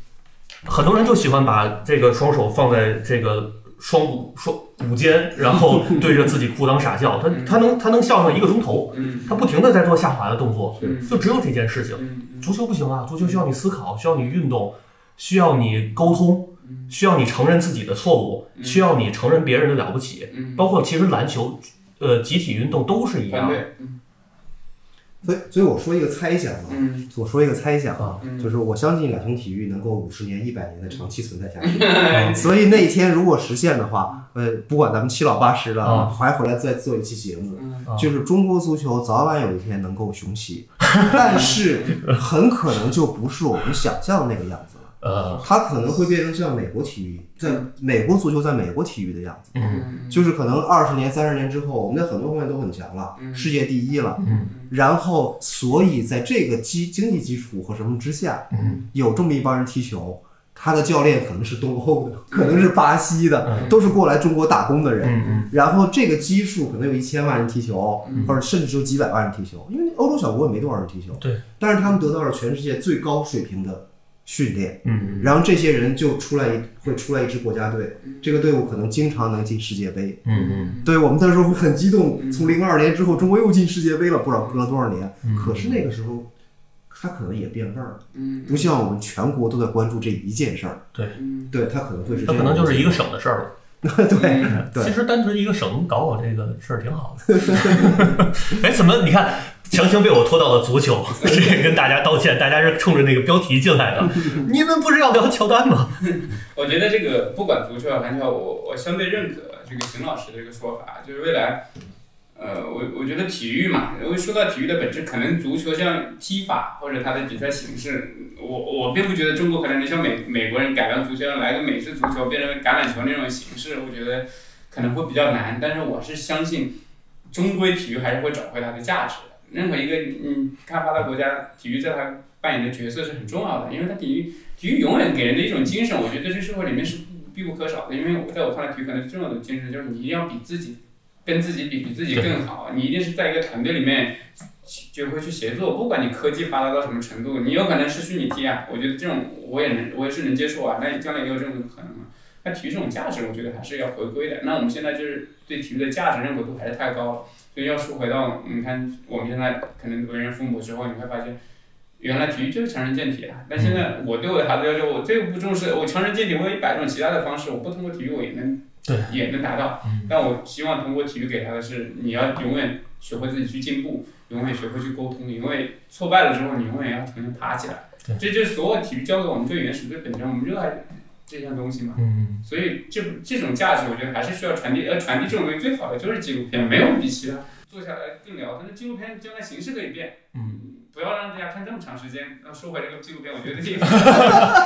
Speaker 7: 很多人就喜欢把这个双手放在这个双股双股间，然 后对着自己裤裆傻笑。他他能他能笑上一个钟头，
Speaker 2: 嗯
Speaker 7: 他不停的在做下滑的动作
Speaker 2: 是，
Speaker 7: 就只有这件事情。
Speaker 2: 嗯
Speaker 7: 足球不行啊，足球需要你思考，需要你运动，需要你沟通，
Speaker 2: 嗯
Speaker 7: 需要你承认自己的错误，需要你承认别人的了不起。
Speaker 2: 嗯，
Speaker 7: 包括其实篮球，呃，集体运动都是一
Speaker 2: 团
Speaker 7: 样。
Speaker 2: 队，
Speaker 8: 所以，所以我说一个猜想啊，
Speaker 2: 嗯
Speaker 8: 我说一个猜想
Speaker 7: 啊
Speaker 8: 就是我相信两雄体育能够五十年、一百年的长期存在 下
Speaker 2: 哎
Speaker 8: 去。啊所以那一天如果实现的话，呃，不管咱们七老八十了，
Speaker 7: 啊
Speaker 8: 还回来再做一期节目。
Speaker 2: 嗯
Speaker 8: 就是中国足球早晚有一天能 够雄起，但是很可能就不是我们想象的那个样子了。
Speaker 7: 呃，
Speaker 8: 它可能会变成像美国体育，在
Speaker 2: 嗯
Speaker 8: 美国足球在美国体育的样子，
Speaker 7: 嗯
Speaker 8: 就是可能二十年、三十年之后，我们在很多方面都很强了，世界第一了。
Speaker 7: 嗯
Speaker 8: 然后，所以在这个基经济基础和什么之下，
Speaker 7: 嗯
Speaker 8: 有这么一帮人踢球，他的教练可能是东欧的， 可能是巴西的，都是过来中国打工的人。
Speaker 7: 嗯
Speaker 8: 然后这个基数可能有一千万人踢球，或者甚至有几百万人踢球，因为欧洲小国也没多少人踢球。
Speaker 7: 对，
Speaker 8: 但是他们得到了全世界最高水平的训练，
Speaker 7: 嗯
Speaker 8: 然后这些人就出来一会出来一支国家队，这个队伍可能经常能进世界杯。
Speaker 7: 嗯嗯
Speaker 8: 对我们那时候会很激动，从零二年之后，中国又进世界杯了，不知道隔了多少年。
Speaker 7: 嗯
Speaker 8: 可是那个时候，他可能也变味儿了，
Speaker 2: 嗯
Speaker 8: 不像我们全国都在关注这一件事儿。
Speaker 7: 对，
Speaker 8: 对他可能会是
Speaker 7: 它
Speaker 8: 这样
Speaker 7: 可
Speaker 8: 的，
Speaker 7: 能就是一个省的事儿了。
Speaker 8: 对对
Speaker 7: 其实单纯一个省搞搞这个事儿挺好的。 哎，怎么你看，强行被我拖到了足球，这跟大家道歉，大家是冲着那个标题进来的。你们不是要聊乔丹吗？
Speaker 2: 我觉得这个不管足球啊、篮球啊，我我相对认可这个邢老师的这个说法，就是未来，呃，我我觉得体育嘛，因为说到体育的本质，可能足球像踢法或者它的比赛形式，我我并不觉得中国可能像美美国人改良足球来个美式足球变成橄榄球那种形式，我觉得可能会比较难，但是我是相信，终归体育还是会找回它的价值的。任何一个嗯开发达国家，体育在它扮演的角色是很重要的，因为它体育。体育永远给人的一种精神，我觉得这社会里面是必不可少的。因为我在我看来，体育可能最重要的精神就是你一定要比自己，跟自己比，比自己更好。你一定是在一个团队里面学会去协作，不管你科技发达到什么程度，你有可能是虚拟踢啊。我觉得这种我也能，我也是能接受啊。那你将来也有这种可能嘛？那体育这种价值，我觉得还是要回归的。那我们现在就是对体育的价值认可度还是太高了，所以要说回到你看我们现在可能为人父母之后，你会发现。原来体育就是强身健体啊，但现在我对我的孩子要求，我最不重视我强身健体，我有一百种其他的方式，我不通过体育我也能
Speaker 7: 对
Speaker 2: 也能达到。但我希望通过体育给他的是，你要永远学会自己去进步，永远学会去沟通，因为挫败了之后，你永远要重新爬起来
Speaker 7: 对。
Speaker 2: 这就是所有体育教给我们最原始、最本真，我们热爱这项东西嘛。
Speaker 7: 嗯，
Speaker 2: 所以这这种价值，我觉得还是需要传递。呃，传递这种东西最好的就是纪录片，没有比其他做下来更了。但是纪录片将来形式可以变，
Speaker 7: 嗯，
Speaker 2: 不要让大家看这么长时间。那说回这个纪录片，我 觉得这个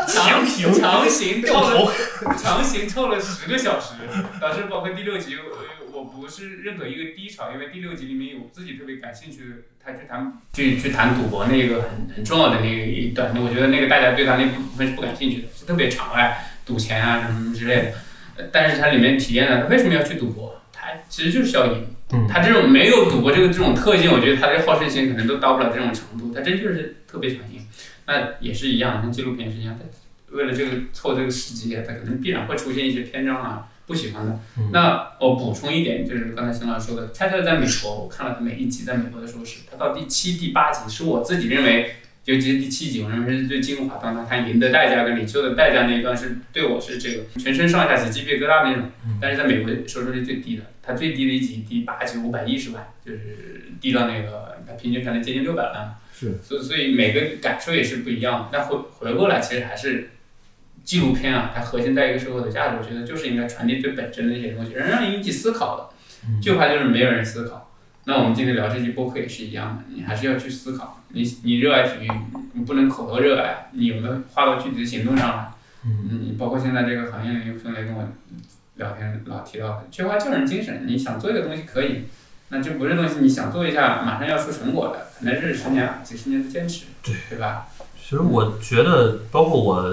Speaker 7: 强行
Speaker 2: 强行
Speaker 7: 掉
Speaker 2: 凑
Speaker 7: 头
Speaker 2: 了，强行凑了十个小时，导致包括第六集，我我不是任何一个低潮，因为第六集里面有自己特别感兴趣的，他去谈去去谈赌博那个很很重要的那个一段，我觉得那个大家对他那部分是不感兴趣的，是特别场外赌钱啊什么什么之类的。呃但是它里面体验了他为什么要去赌博，他其实就是要赢。
Speaker 7: 嗯
Speaker 2: 他这种没有赌博这个这种特性，我觉得他这好胜心可能都到不了这种程度，他真就是特别想赢。那也是一样，跟纪录片是一样，他为了这个凑这个时机啊，他可能必然会出现一些篇章啊不喜欢的。
Speaker 7: 嗯
Speaker 2: 那我补充一点，就是刚才邢老师说的，恰恰在美国，我看了每一集，在美国的收视，他到第七、第八集是我自己认为。尤其是第七集，我认为是最精华当中，他赢的代价跟领袖的代价那一段是对我是这个全身上下起鸡皮疙瘩那种。但是在美国收视率最低的，它最低的一集第八集五百一十万，就是低到那个它平均可能接近六百万。
Speaker 8: 是，
Speaker 2: 所以所以每个感受也是不一样的。那回回过来，其实还是纪录片啊，它核心在一个社会的价值，我觉得就是应该传递最本真的一些东西，然后让人引起思考的。就怕就是没有人思考。那我们今天聊这期播客也是一样的，你还是要去思考，你你热爱体育，你不能口头热爱，你有没有花到具体的行动上来？嗯，你包括现在这个行业里，有兄弟跟我聊天老提到，缺乏匠人精神，你想做一个东西可以，那就不是东西你想做一下马上要出成果的，可能是十年、几十年的坚持，
Speaker 7: 对
Speaker 2: 对吧？
Speaker 7: 其实我觉得，包括我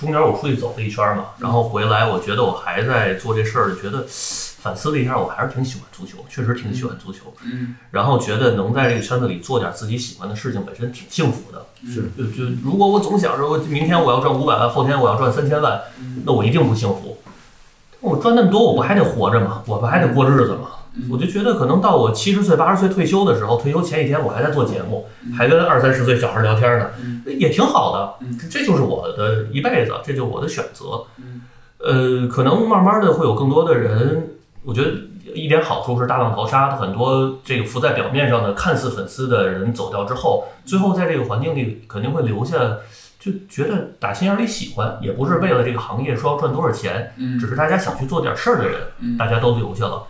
Speaker 7: 中间我出去走了一圈嘛，然后回来，我觉得我还在做这事儿，觉得反思了一下，我还是挺喜欢足球，确实挺喜欢足球。
Speaker 2: 嗯
Speaker 7: 然后觉得能在这个圈子里做点自己喜欢的事情，本身挺幸福的。
Speaker 2: 嗯
Speaker 8: 是，
Speaker 7: 就就如果我总想着我明天我要赚五百万，后天我要赚三千万，
Speaker 2: 嗯
Speaker 7: 那我一定不幸福。我赚那么多，我不还得活着吗？我不还得过日子
Speaker 2: 嗯
Speaker 7: 吗？我就觉得可能到我七十岁、八十岁退休的时候，退休前几天我还在做节目，还跟二三十岁小孩聊天呢，也挺好的。
Speaker 2: 嗯
Speaker 7: 这就是我的一辈子，这就是我的选择。
Speaker 2: 嗯
Speaker 7: 呃，可能慢慢的会有更多的人，我觉得一点好处是大浪淘沙，很多这个浮在表面上的看似粉丝的人走掉之后，最后在这个环境里肯定会留下，就觉得打心眼里喜欢，也不是为了这个行业说要赚多少钱，
Speaker 2: 嗯
Speaker 7: 只是大家想去做点事儿的人，
Speaker 2: 嗯
Speaker 7: 大家都留下了，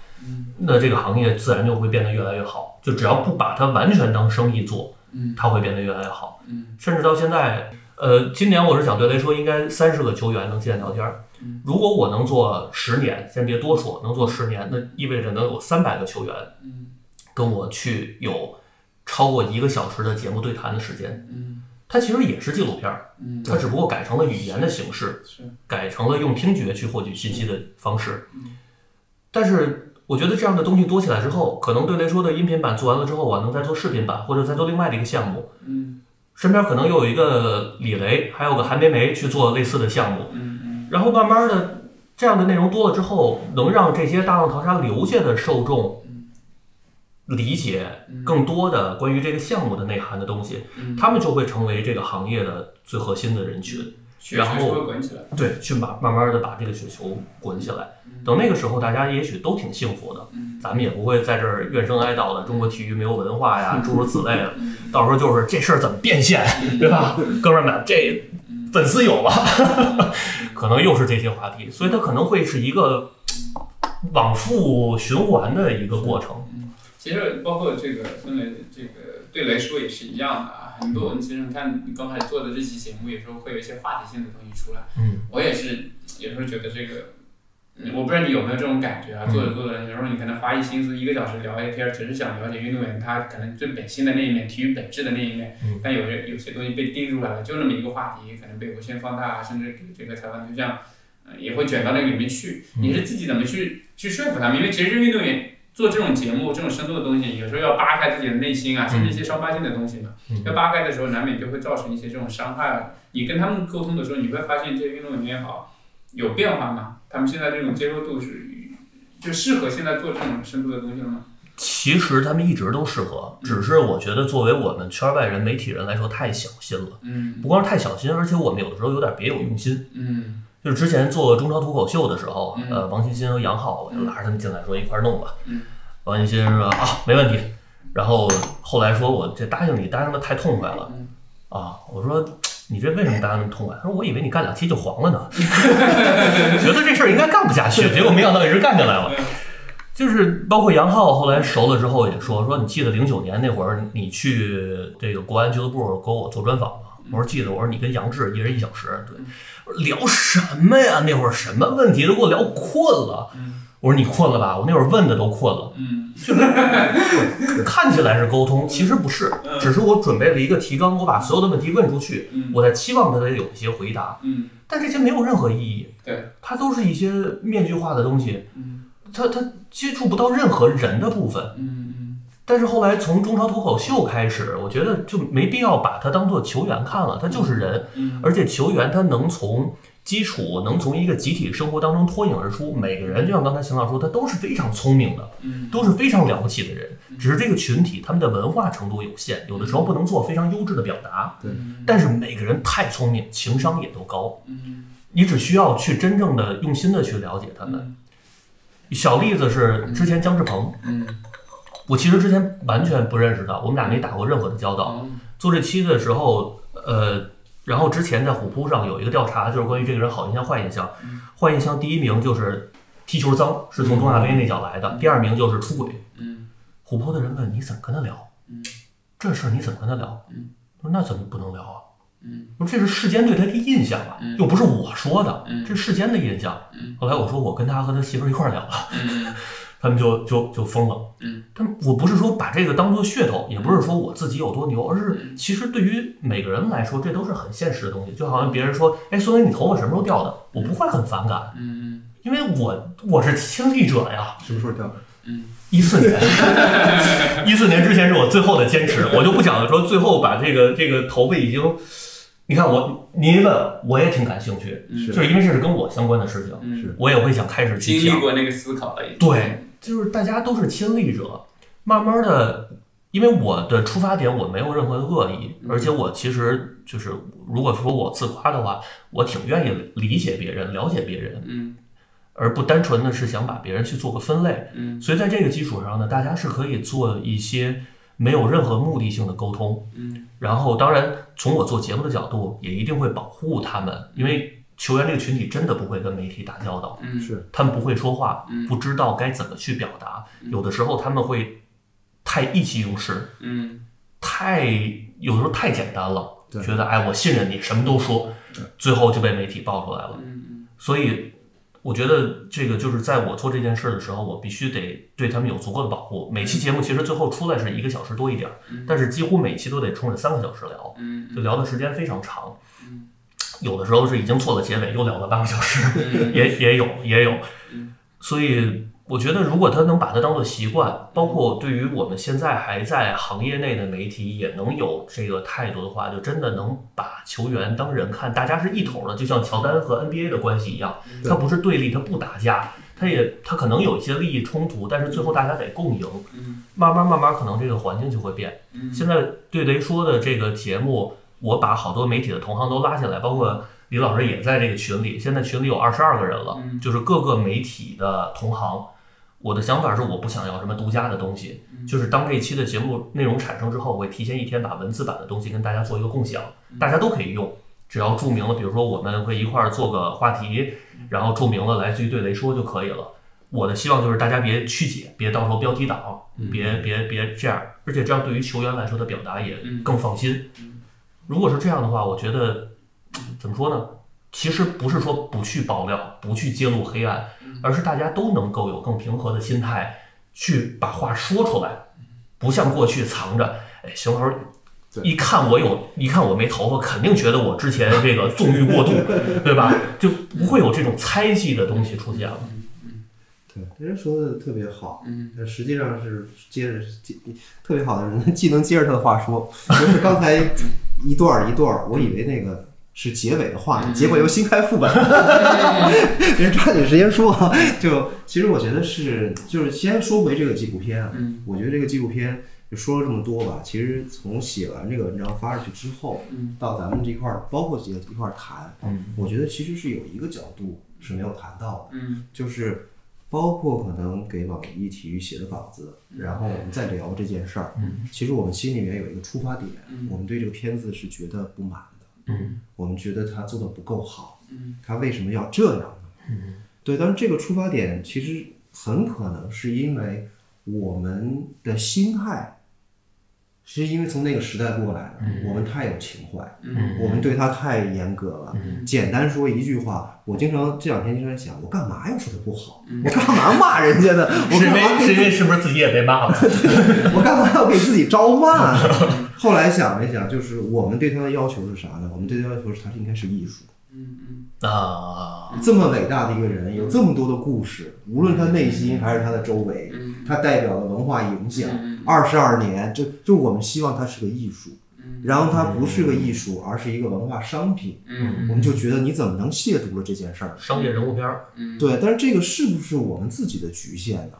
Speaker 7: 那这个行业自然就会变得越来越好。就只要不把它完全当生意做，
Speaker 2: 嗯
Speaker 7: 它会变得越来越好。
Speaker 2: 嗯
Speaker 7: 甚至到现在，呃，今年我是想对雷说，应该三十个球员能见聊天儿。如果我能做十年，先别多说，能做十年，那意味着能有三百个球员跟我去有超过一个小时的节目对谈的时间。它其实也是纪录片儿，它只不过改成了语言的形式，改成了用听觉去获取信息的方式。但是我觉得这样的东西多起来之后，可能对雷说的音频版做完了之后，我能再做视频版，或者再做另外的一个项目。身边可能又有一个李雷，还有个韩梅梅去做类似的项目，然后慢慢的这样的内容多了之后，能让这些大浪淘沙留下的受众理解更多的关于这个项目的内涵的东西，他们就会成为这个行业的最核心的人群，然后
Speaker 2: 滚起来。
Speaker 7: 对，去把慢慢的把这个雪球滚起来。等那个时候，大家也许都挺幸福的，咱们也不会在这儿怨声哀悼的中国体育没有文化呀，诸如此类的。到时候就是这事儿怎么变现，对吧？哥们儿们，这粉丝有吧？ 可能又是这些话题，所以它可能会是一个往复循环的一个过程。
Speaker 2: 其实包括这个分类，这个对雷说也是一样的啊。很多我们其实你看你刚才做的这期节目，有时候会有一些话题性的东西出来。
Speaker 7: 嗯，
Speaker 2: 我也是有时候觉得这个，嗯我不知道你有没有这种感觉啊。做着做着，有时候你可能花一心思一个小时聊一天，只是想了解运动员他可能最本性的那一面，体育本质的那一面。
Speaker 7: 嗯
Speaker 2: 但有些有些东西被定住来了，就那么一个话题，可能被无限放大，甚至给这个采访对象。呃也会卷到那个里面去，你是自己怎么去去说服他们？因为其实运动员做这种节目、这种深度的东西，有时候要扒开自己的内心啊，甚至一些伤疤性的东西嘛。
Speaker 7: 嗯
Speaker 2: 要扒开的时候，难免就会造成一些这种伤害啊。你跟他们沟通的时候，你会发现这些运动员也好有变化吗？他们现在这种接受度是就适合现在做这种深度的东西了吗？
Speaker 7: 其实他们一直都适合，只是我觉得作为我们圈外人、媒体人来说太小心了。
Speaker 2: 嗯
Speaker 7: 不光是太小心，而且我们有的时候有点别有用心。
Speaker 2: 嗯
Speaker 7: 就是之前做中超脱口秀的时候，
Speaker 2: 嗯
Speaker 7: 呃，王欣欣和杨浩，我就拉着他们进来说一块儿弄吧。
Speaker 2: 嗯
Speaker 7: 王欣欣说啊，没问题。然后后来说我这答应你答应的太痛快了
Speaker 2: 嗯
Speaker 7: 啊，我说你这为什么答应那么痛快？他说我以为你干两期就黄了 呢，觉得这事儿应该干不下去，结果没想到一直干下来了。
Speaker 2: 嗯
Speaker 7: 就是包括杨浩后来熟了之后也说说，你记得零九年那会儿你去这个国安俱乐部给我做专访吗？
Speaker 2: 嗯
Speaker 7: 我说记得，我说你跟杨志一人一小时，对，我说聊什么呀？那会儿什么问题都给我聊困了。我说你困了吧？我那会儿问的都困了。
Speaker 2: 嗯
Speaker 7: 看起来是沟通，其实不是，只是我准备了一个提纲，我把所有的问题问出去
Speaker 2: 嗯，
Speaker 7: 我在期望他得有一些回答，
Speaker 2: 嗯，
Speaker 7: 但这些没有任何意义，
Speaker 2: 对，
Speaker 7: 它都是一些面具化的东西
Speaker 2: 嗯，
Speaker 7: 它它接触不到任何人的部分。
Speaker 2: 嗯
Speaker 7: 但是后来从中超脱口秀开始，我觉得就没必要把他当做球员看了，他就是人，
Speaker 2: 嗯
Speaker 7: 而且球员他能从基础，能从一个集体生活当中脱颖而出。每个人就像刚才邢老师说，他都是非常聪明的，
Speaker 2: 嗯
Speaker 7: 都是非常了不起的人，只是这个群体他们的文化程度有限，有的时候不能做非常优质的表达。
Speaker 8: 对，
Speaker 7: 但是每个人太聪明，情商也都高，
Speaker 2: 嗯
Speaker 7: 你只需要去真正的用心的去了解他们。小例子是之前姜志鹏，
Speaker 2: 嗯，
Speaker 7: 我其实之前完全不认识他，我们俩没打过任何的交道。
Speaker 2: 哦
Speaker 7: 做这期的时候，呃，然后之前在虎扑上有一个调查，就是关于这个人好印象、坏印象。
Speaker 2: 嗯
Speaker 7: 坏印象第一名就是踢球脏，是从中亚威那脚来的；第二名就是出轨。
Speaker 2: 嗯
Speaker 7: 虎扑的人问你怎么跟他聊，
Speaker 2: 嗯
Speaker 7: 这事儿你怎么跟他聊？
Speaker 2: 嗯
Speaker 7: 我说那怎么不能聊啊？
Speaker 2: 嗯
Speaker 7: 我说这是世间对他的印象啊，
Speaker 2: 嗯
Speaker 7: 又不是我说的，
Speaker 2: 嗯
Speaker 7: 这是世间的印象。
Speaker 2: 嗯
Speaker 7: 后来我说我跟他和他媳妇儿一块儿聊了。
Speaker 2: 嗯
Speaker 7: 他们就就就疯了。
Speaker 2: 嗯，
Speaker 7: 但我不是说把这个当做噱头，也不是说我自己有多牛，而是
Speaker 2: 嗯
Speaker 7: 其实对于每个人来说，这都是很现实的东西。就好像别人说：“哎，孙伟，你头发什么时候掉的？”我不会很反感，
Speaker 2: 嗯
Speaker 7: 因为我我是亲历者呀。
Speaker 8: 什么时候掉的？
Speaker 7: 一四年， 一四年之前是我最后的坚持，我就不想说最后把这个这个头发已经，你看我您一问我也挺感兴趣，
Speaker 2: 嗯
Speaker 7: 就是因为这是跟我相关的事情，
Speaker 2: 嗯，
Speaker 8: 是
Speaker 7: 我也会想开始去
Speaker 2: 经
Speaker 7: 讲
Speaker 2: 历。过那个思考了已经。
Speaker 7: 对，就是大家都是亲历者，慢慢的，因为我的出发点我没有任何的恶意，而且我其实就是如果说我自夸的话，我挺愿意理解别人、了解别人，
Speaker 2: 嗯
Speaker 7: 而不单纯的是想把别人去做个分类。
Speaker 2: 嗯
Speaker 7: 所以在这个基础上呢，大家是可以做一些没有任何目的性的沟通。
Speaker 2: 嗯
Speaker 7: 然后，当然，从我做节目的角度，也一定会保护他们，因为球员这个群体真的不会跟媒体打交道，
Speaker 2: 嗯
Speaker 8: 是
Speaker 7: 他们不会说话
Speaker 2: 嗯，
Speaker 7: 不知道该怎么去表达，有的时候他们会太意气用事，
Speaker 2: 嗯
Speaker 7: 太有时候太简单了。
Speaker 8: 对
Speaker 7: 觉得哎我信任你，什么都说，最后就被媒体爆出来了。所以我觉得这个就是在我做这件事的时候，我必须得对他们有足够的保护。每期节目其实最后出来是一个小时多一点儿，但是几乎每期都得冲着三个小时聊，
Speaker 2: 嗯
Speaker 7: 就聊的时间非常长。有的时候是已经做了结尾，又聊了八个小时，也也有也有。所以我觉得，如果他能把它当做习惯，包括对于我们现在还在行业内的媒体也能有这个态度的话，就真的能把球员当人看，大家是一头的，就像乔丹和 NBA 的关系一样，他不是对立，他不打架。他也他可能有一些利益冲突，但是最后大家得共赢。慢慢慢慢，可能这个环境就会变。现在对雷说的这个节目，我把好多媒体的同行都拉进来，包括李老师也在这个群里。现在群里有二十二个人了，就是各个媒体的同行。我的想法是，我不想要什么独家的东西，就是当这一期的节目内容产生之后，我会提前一天把文字版的东西跟大家做一个共享，大家都可以用。只要注明了，比如说我们会一块儿做个话题，然后注明了来自于对雷说就可以了。我的希望就是大家别曲解，别到时候标题党，别别别这样，而且这样对于球员来说的表达也更放心。如果是这样的话，我觉得怎么说呢？其实不是说不去爆料、不去揭露黑暗，而是大家都能够有更平和的心态去把话说出来，不像过去藏着。哎，熊老师一看我有，一看我没头发，肯定觉得我之前这个纵欲过度，对吧？就不会有这种猜忌的东西出现了。
Speaker 8: 对，人说的特别好，
Speaker 2: 嗯，
Speaker 8: 但实际上是接着接特别好的人，既能接着他的 话说，就是刚才一段儿一段儿，我以为那个是结尾的话，
Speaker 2: 嗯
Speaker 8: 结果又新开副本， 人抓紧时间说啊，就其实我觉得是，就是先说回这个纪录片啊，
Speaker 2: 嗯
Speaker 8: 我觉得这个纪录片就说了这么多吧，其实从写完这个文章发出去之后，
Speaker 2: 嗯
Speaker 8: 到咱们这块儿，包括也一块儿谈，
Speaker 7: 嗯，
Speaker 8: 我觉得其实是有一个角度是没有谈到的。
Speaker 2: 嗯
Speaker 8: 就是包括可能给网易体育写的稿子，然后我们再聊这件事儿。
Speaker 7: 嗯，
Speaker 8: 其实我们心里面有一个出发点
Speaker 2: 嗯，
Speaker 8: 我们对这个片子是觉得不满的，
Speaker 7: 嗯
Speaker 8: 我们觉得它做的不够好，
Speaker 2: 嗯
Speaker 8: 它为什么要这样呢？
Speaker 7: 嗯
Speaker 8: 对，但是这个出发点其实很可能是因为我们的心态，是因为从那个时代过来的，
Speaker 7: 嗯
Speaker 8: 我们太有情怀，
Speaker 2: 嗯
Speaker 8: 我们对他太严格了。
Speaker 7: 嗯
Speaker 8: 简单说一句话，我经常这两天经常想，我干嘛要说他不好？我干嘛骂人家呢？我
Speaker 7: 嗯 是因
Speaker 8: 干嘛
Speaker 7: 为是
Speaker 8: 给
Speaker 7: 因为是不是自己也被骂了？
Speaker 8: 我干嘛要给自己招骂呢？ 后来想了一想，就是我们对他的要求是啥呢？我们对他的要求是他应该是艺术。
Speaker 2: 嗯
Speaker 7: 啊，
Speaker 8: 这么伟大的一个人，有这么多的故事，无论他内心还是他的周围，
Speaker 2: 嗯
Speaker 8: 他代表的文化影响，二十二年，这就我们希望他是个艺术，
Speaker 2: 嗯
Speaker 8: 然后他不是个艺术，而是一个文化商品，
Speaker 2: 嗯
Speaker 8: 我们就觉得你怎么能亵渎了这件事儿？
Speaker 7: 商业人物片儿，
Speaker 2: 嗯
Speaker 8: 对，但是这个是不是我们自己的局限呢？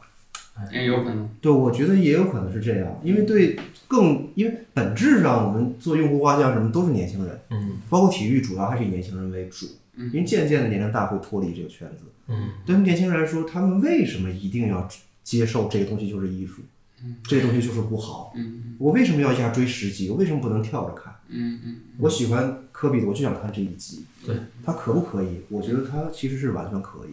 Speaker 2: 也有可能，
Speaker 8: 对，我觉得也有可能是这样，因为对更，因为本质上我们做用户画像什么都是年轻人，
Speaker 7: 嗯
Speaker 8: 包括体育主要还是以年轻人为主，
Speaker 2: 嗯
Speaker 8: 因为渐渐的年龄大会脱离这个圈子。
Speaker 7: 嗯，
Speaker 8: 对他们年轻人来说，他们为什么一定要接受这个东西就是艺术，这个东西就是不好？
Speaker 2: 嗯
Speaker 8: 我为什么要一下追十集？我为什么不能跳着看？
Speaker 2: 嗯嗯
Speaker 8: 我喜欢科比的，我就想看这一集。
Speaker 7: 对，
Speaker 8: 他可不可以？我觉得他其实是完全可以。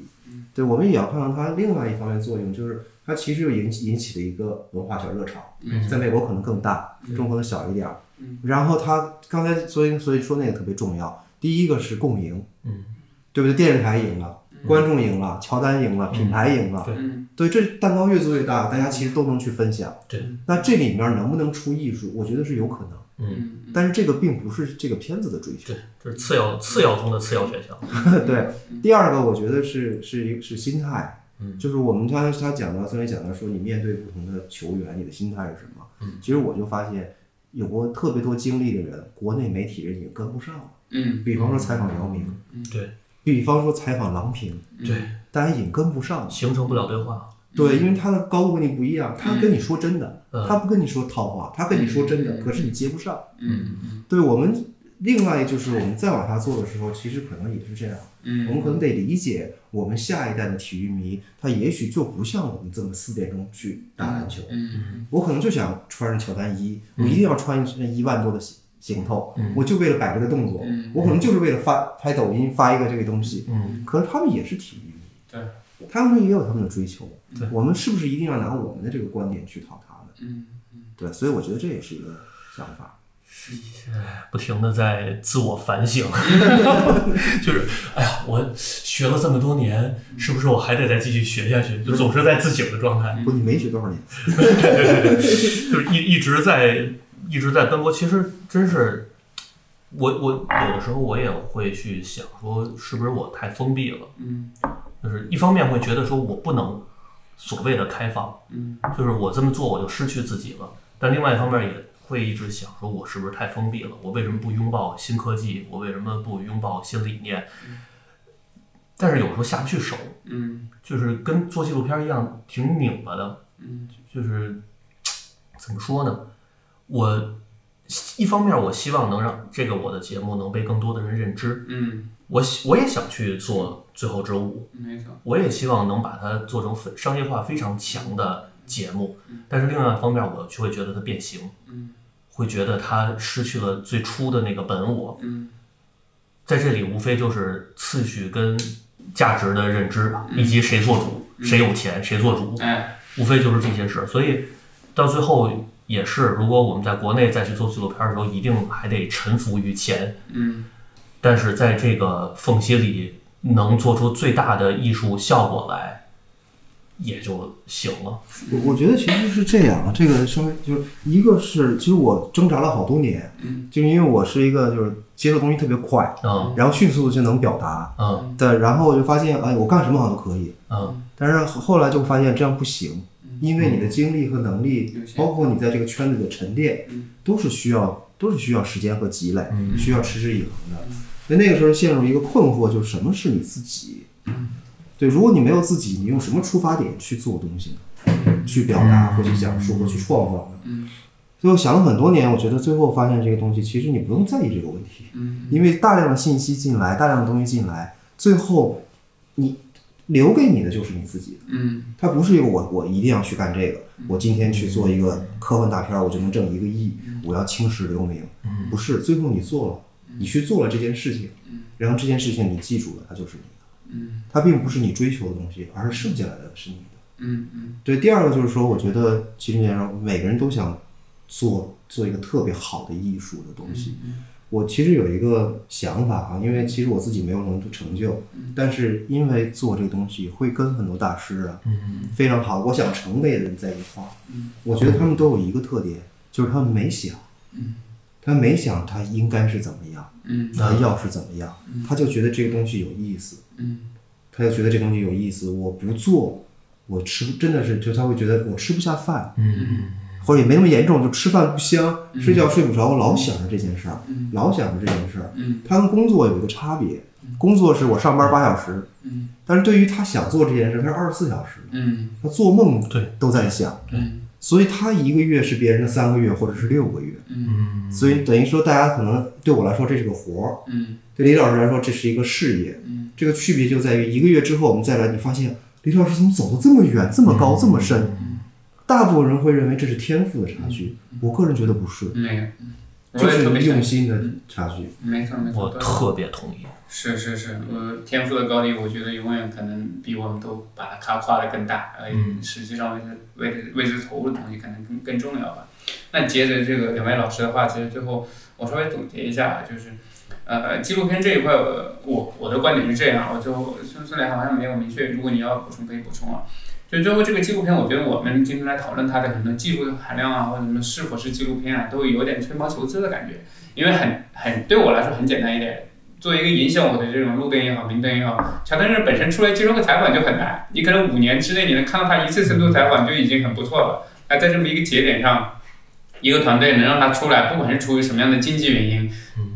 Speaker 8: 对，我们也要看到它另外一方面作用，就是它其实又引起引起了一个文化小热潮，在美国可能更大，
Speaker 7: 嗯
Speaker 8: 中国可能小一点儿。然后它刚才所以所以说那个特别重要，第一个是共赢，
Speaker 7: 嗯，
Speaker 8: 对不对？电视台赢了，观众赢了，乔丹赢了，品牌
Speaker 7: 嗯
Speaker 8: 赢了，对，这蛋糕越做越大，大家其实都能去分享。
Speaker 7: 对，
Speaker 8: 那这里面能不能出艺术？我觉得是有可能。
Speaker 7: 嗯，
Speaker 8: 但是这个并不是这个片子的追求
Speaker 7: 对。，这是次要次要中的次要选项。
Speaker 8: 对，第二个我觉得是是一个是心态，
Speaker 7: 嗯
Speaker 8: 就是我们刚才他讲到，刚才讲到说你面对不同的球员，你的心态是什么？
Speaker 7: 嗯
Speaker 8: 其实我就发现，有过特别多经历的人，国内媒体人已经跟不上了。
Speaker 2: 嗯
Speaker 8: 比方说采访姚明，
Speaker 7: 对
Speaker 8: 比方说采访郎平，
Speaker 7: 对，
Speaker 8: 大家已经跟不上了。
Speaker 7: 形成不了对话。
Speaker 8: 对，
Speaker 2: 嗯
Speaker 8: 因为他的高度跟你不一样，他跟你说真的，
Speaker 7: 嗯
Speaker 8: 他不跟你说套话，他跟你说真的，可是你接不上。
Speaker 2: 嗯
Speaker 8: 对我们，另外就是我们再往下做的时候，其实可能也是这样。
Speaker 2: 嗯，
Speaker 8: 我们可能得理解，我们下一代的体育迷，他也许就不像我们这么四点钟去打篮球。
Speaker 2: 嗯
Speaker 8: 我可能就想穿上乔丹衣，我一定要穿一万多的行行头，
Speaker 2: 嗯
Speaker 8: 我就为了摆这个动作，我可能就是为了发拍抖音发一个这个东西。
Speaker 7: 嗯，
Speaker 8: 可是他们也是体育迷，
Speaker 2: 对，
Speaker 8: 他们也有他们的追求
Speaker 7: 对。
Speaker 8: 我们是不是一定要拿我们的这个观点去套他们？
Speaker 2: 嗯
Speaker 8: 对，所以我觉得这也是一个想法。
Speaker 7: 不停的在自我反省，就是哎呀，我学了这么多年，是不是我还得再继续学下去？就总是在自省的状态，
Speaker 8: 不，你没学多少年，
Speaker 7: 就是一一直在一直在奔波。其实真是，我我有的时候我也会去想说，是不是我太封闭了？
Speaker 2: 嗯，
Speaker 7: 就是一方面会觉得说我不能所谓的开放，
Speaker 2: 嗯，
Speaker 7: 就是我这么做我就失去自己了。但另外一方面也会一直想说，我是不是太封闭了？我为什么不拥抱新科技？我为什么不拥抱新理念？但是有时候下不去手，
Speaker 2: 嗯
Speaker 7: 就是跟做纪录片一样，挺拧巴的。
Speaker 2: 嗯
Speaker 7: 就是怎么说呢？我一方面我希望能让这个我的节目能被更多的人认知，
Speaker 2: 嗯，
Speaker 7: 我喜我也想去做最后之舞，
Speaker 2: 没错，
Speaker 7: 我也希望能把它做成非商业化非常强的节目，但是另外一方面，我就会觉得它变形，
Speaker 2: 嗯
Speaker 7: 会觉得它失去了最初的那个本我。
Speaker 2: 嗯
Speaker 7: 在这里，无非就是次序跟价值的认知吧，以及谁做主，谁有钱，谁做主，
Speaker 2: 嗯哎
Speaker 7: 无非就是这些事儿。所以到最后也是，如果我们在国内再去做纪录片的时候，一定还得臣服于钱，
Speaker 2: 嗯
Speaker 7: 但是在这个缝隙里能做出最大的艺术效果来，也就行了。
Speaker 2: 嗯
Speaker 8: 我我觉得其实是这样，啊这个稍微就是一个是，其实我挣扎了好多年，
Speaker 2: 嗯
Speaker 8: 就是因为我是一个就是接受东西特别快，
Speaker 7: 嗯
Speaker 8: 然后迅速就能表达
Speaker 7: 嗯
Speaker 8: 的，然后我就发现，哎，我干什么好像都可以，
Speaker 7: 嗯
Speaker 8: 但是后来就发现这样不行，因为你的精力和能力
Speaker 2: 嗯有限，嗯
Speaker 8: 包括你在这个圈子的沉淀，都是需要都是需要时间和积累，需要持之以恒
Speaker 2: 嗯
Speaker 8: 的。所以那个时候陷入一个困惑，就是什么是你自己？
Speaker 2: 嗯
Speaker 8: 对，如果你没有自己，你用什么出发点去做东西呢？
Speaker 2: 嗯
Speaker 8: 去表达，或去讲述，或去创造呢？所以我想了很多年，我觉得最后发现这个东西，其实你不用在意这个问题，
Speaker 2: 嗯
Speaker 8: 因为大量的信息进来，大量的东西进来，最后你留给你的就是你自己的。
Speaker 2: 嗯
Speaker 8: 它不是一个我我一定要去干这个，我今天去做一个科幻大片儿，我就能挣一个亿，
Speaker 2: 嗯
Speaker 8: 我要青史留名，不是，最后你做了，你去做了这件事情，
Speaker 2: 嗯
Speaker 8: 然后这件事情你记住了，它就是你的，它并不是你追求的东西，而是剩下来的是你的。
Speaker 2: 嗯嗯
Speaker 8: 对，第二个就是说，我觉得其实你说每个人都想做做一个特别好的艺术的东
Speaker 2: 嗯
Speaker 8: 西。我其实有一个想法啊，因为其实我自己没有什么成就，
Speaker 2: 嗯
Speaker 8: 但是因为做这个东西会跟很多大师啊，
Speaker 2: 嗯
Speaker 8: 非常好，我想成为的人在一块儿。我觉得他们都有一个特点，就是他们没想，他没想他应该是怎么样，
Speaker 2: 嗯
Speaker 8: 他要是怎么样，他就觉得这个东西有意思，
Speaker 2: 嗯
Speaker 8: 他就觉得这东西有意思。我不做，我吃真的是就他会觉得我吃不下饭，
Speaker 7: 嗯
Speaker 8: 或者也没那么严重，就吃饭不香，
Speaker 2: 嗯
Speaker 8: 睡觉睡不着，我老想着这件事儿，老想着这件事儿。
Speaker 2: 嗯
Speaker 8: 他跟工作有一个差别，工作是我上班八小时，
Speaker 2: 嗯
Speaker 8: 但是对于他想做这件事，他是二十四小时的，
Speaker 2: 嗯
Speaker 8: 他做梦
Speaker 7: 对
Speaker 8: 都在想，
Speaker 2: 嗯
Speaker 8: 所以他一个月是别人的三个月或者是六个月，
Speaker 7: 嗯
Speaker 8: 所以等于说大家可能对我来说这是个活儿，
Speaker 2: 嗯
Speaker 8: 对李老师来说这是一个事业，
Speaker 2: 嗯
Speaker 8: 这个区别就在于一个月之后我们再来，你发现李老师怎么走的这么远、这么高、这么深？
Speaker 2: 嗯
Speaker 8: 大部分人会认为这是天赋的差距，
Speaker 2: 嗯
Speaker 8: 我个人觉得不是，
Speaker 2: 没有，
Speaker 8: 就
Speaker 2: 我也
Speaker 8: 是
Speaker 2: 特别
Speaker 8: 你
Speaker 2: 相
Speaker 8: 用
Speaker 2: 信，
Speaker 8: 心的差距。
Speaker 2: 没错没错，
Speaker 7: 嗯我特别同意。
Speaker 2: 是是是，我天赋的高低，我觉得永远可能比我们都把它夸夸的更大，呃，实际上为之为之为之投入的东西可能更更重要吧。那接着这个两位老师的话，其实最后我稍微总结一下，啊就是呃，纪录片这一块，呃我我的观点是这样，我最后孙孙磊好像没有明确，如果你要补充可以补充啊。就最后这个纪录片，我觉得我们今天来讨论它的很多技术含量啊，或者什么是否是纪录片啊，都有点吹毛求疵的感觉，因为很很对我来说很简单一点。作为一个影响我的这种路灯也好，明灯也好，乔丹这本身出来接受个采访就很难。你可能五年之内你能看到他一次深度采访就已经很不错了。那在这么一个节点上，一个团队能让他出来，不管是出于什么样的经济原因，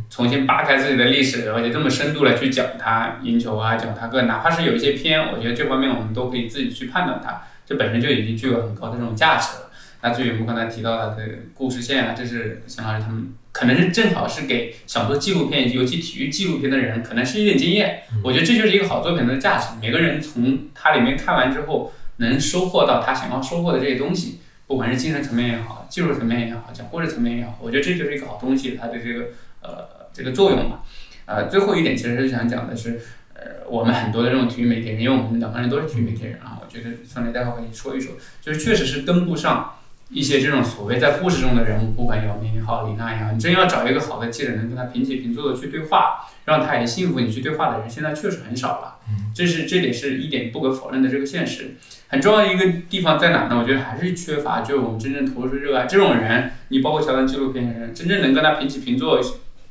Speaker 2: 重新扒开自己的历史，而且这么深度的去讲他赢球啊，讲他个，哪怕是有一些偏，我觉得这方面我们都可以自己去判断它，这本身就已经具有很高的这种价值了。那至于我们刚才提到的这个故事线啊，这是相当于他们可能是正好是给想做纪录片，尤其体育纪录片的人，可能是一点经验。我觉得这就是一个好作品的价值。每个人从它里面看完之后，能收获到他想要收获的这些东西，不管是精神层面也好，技术层面也好，讲故事层面也好，我觉得这就是一个好东西，它的这个呃这个作用吧。呃，最后一点其实是想讲的是，呃，我们很多的这种体育媒体人，因为我们两个人都是体育媒体人啊，我觉得孙磊待会儿可以说一说，就是确实是跟不上一些这种所谓在故事中的人物，不管姚明也好，李娜也好，你真要找一个好的记者能跟他平起平坐的去对话，让他也信服你去对话的人，现在确实很少了。这是这点是一点不可否认的这个现实。很重要的一个地方在哪呢？我觉得还是缺乏，就是我们真正投入热爱这种人，你包括乔丹纪录片的人，真正能跟他平起平坐，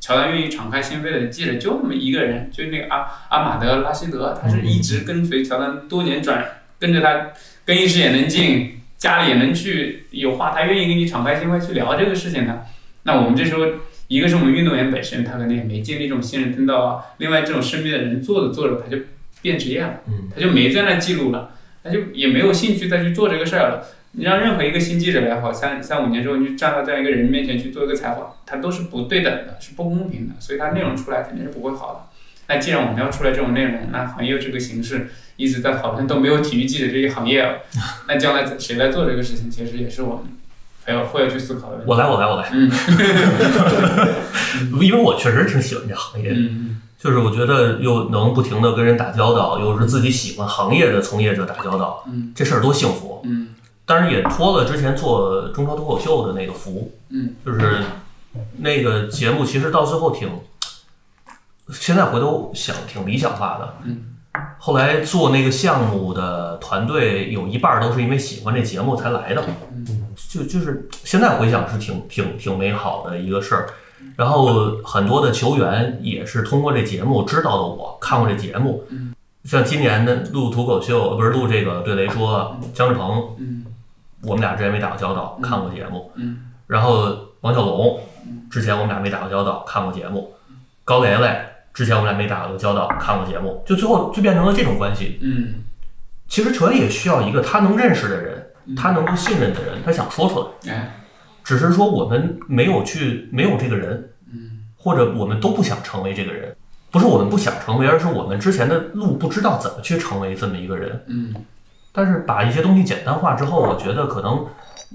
Speaker 2: 乔丹愿意敞开心扉的记者就那么一个人，就那个阿阿马德拉希德，他是一直跟随乔丹多年转，跟着他更衣室也能进，家里也能去，有话他愿意跟你敞开心扉去聊这个事情的。那我们这时候，一个是我们运动员本身他可能也没建立这种信任通道啊，另外这种身边的人做着做着他就变职业了，他就没在那记录了，他就也没有兴趣再去做这个事儿了。你让任何一个新记者也好，三三五年之后，你就站到这样一个人面前去做一个采访，他都是不对等的，是不公平的，所以他内容出来肯定是不会好的。那既然我们要出来这种内容，那行业这个形式一直在讨论都没有体育记者这一行业了， 那将来谁来做这个事情，其实也是我们还要会要去思考的问题。
Speaker 7: 我来，我来，我来，
Speaker 2: 嗯
Speaker 7: 因为我确实挺喜欢这行业的，
Speaker 2: 嗯
Speaker 7: 就是我觉得又能不停的跟人打交道，又是自己喜欢行业的从业者打交道，
Speaker 2: 嗯
Speaker 7: 这事儿多幸福。
Speaker 2: 嗯
Speaker 7: 当然也托了之前做中超脱口秀的那个福，
Speaker 2: 嗯，
Speaker 7: 就是那个节目其实到最后挺，现在回头想挺理想化的。
Speaker 2: 嗯，
Speaker 7: 后来做那个项目的团队有一半儿都是因为喜欢这节目才来的，就就是现在回想是挺挺挺美好的一个事儿。然后很多的球员也是通过这节目知道的我，看过这节目。
Speaker 2: 嗯
Speaker 7: 像今年的录脱口秀，呃不是录这个对雷说，姜志鹏，
Speaker 2: 嗯
Speaker 7: 我们俩之前没打过交道，看过节目。
Speaker 2: 嗯
Speaker 7: 然后王小龙，之前我们俩没打过交道，看过节目。高雷雷，之前我们俩没打过交道，看过节目。就最后就变成了这种关系。
Speaker 2: 嗯
Speaker 7: 其实球员也需要一个他能认识的人，他能够信任的人，他想说出来。
Speaker 2: 嗯，哎，
Speaker 7: 只是说我们没有去，没有这个人，
Speaker 2: 嗯
Speaker 7: 或者我们都不想成为这个人。不是我们不想成为，而是我们之前的路不知道怎么去成为这么一个人。
Speaker 2: 嗯
Speaker 7: 但是把一些东西简单化之后，我觉得可能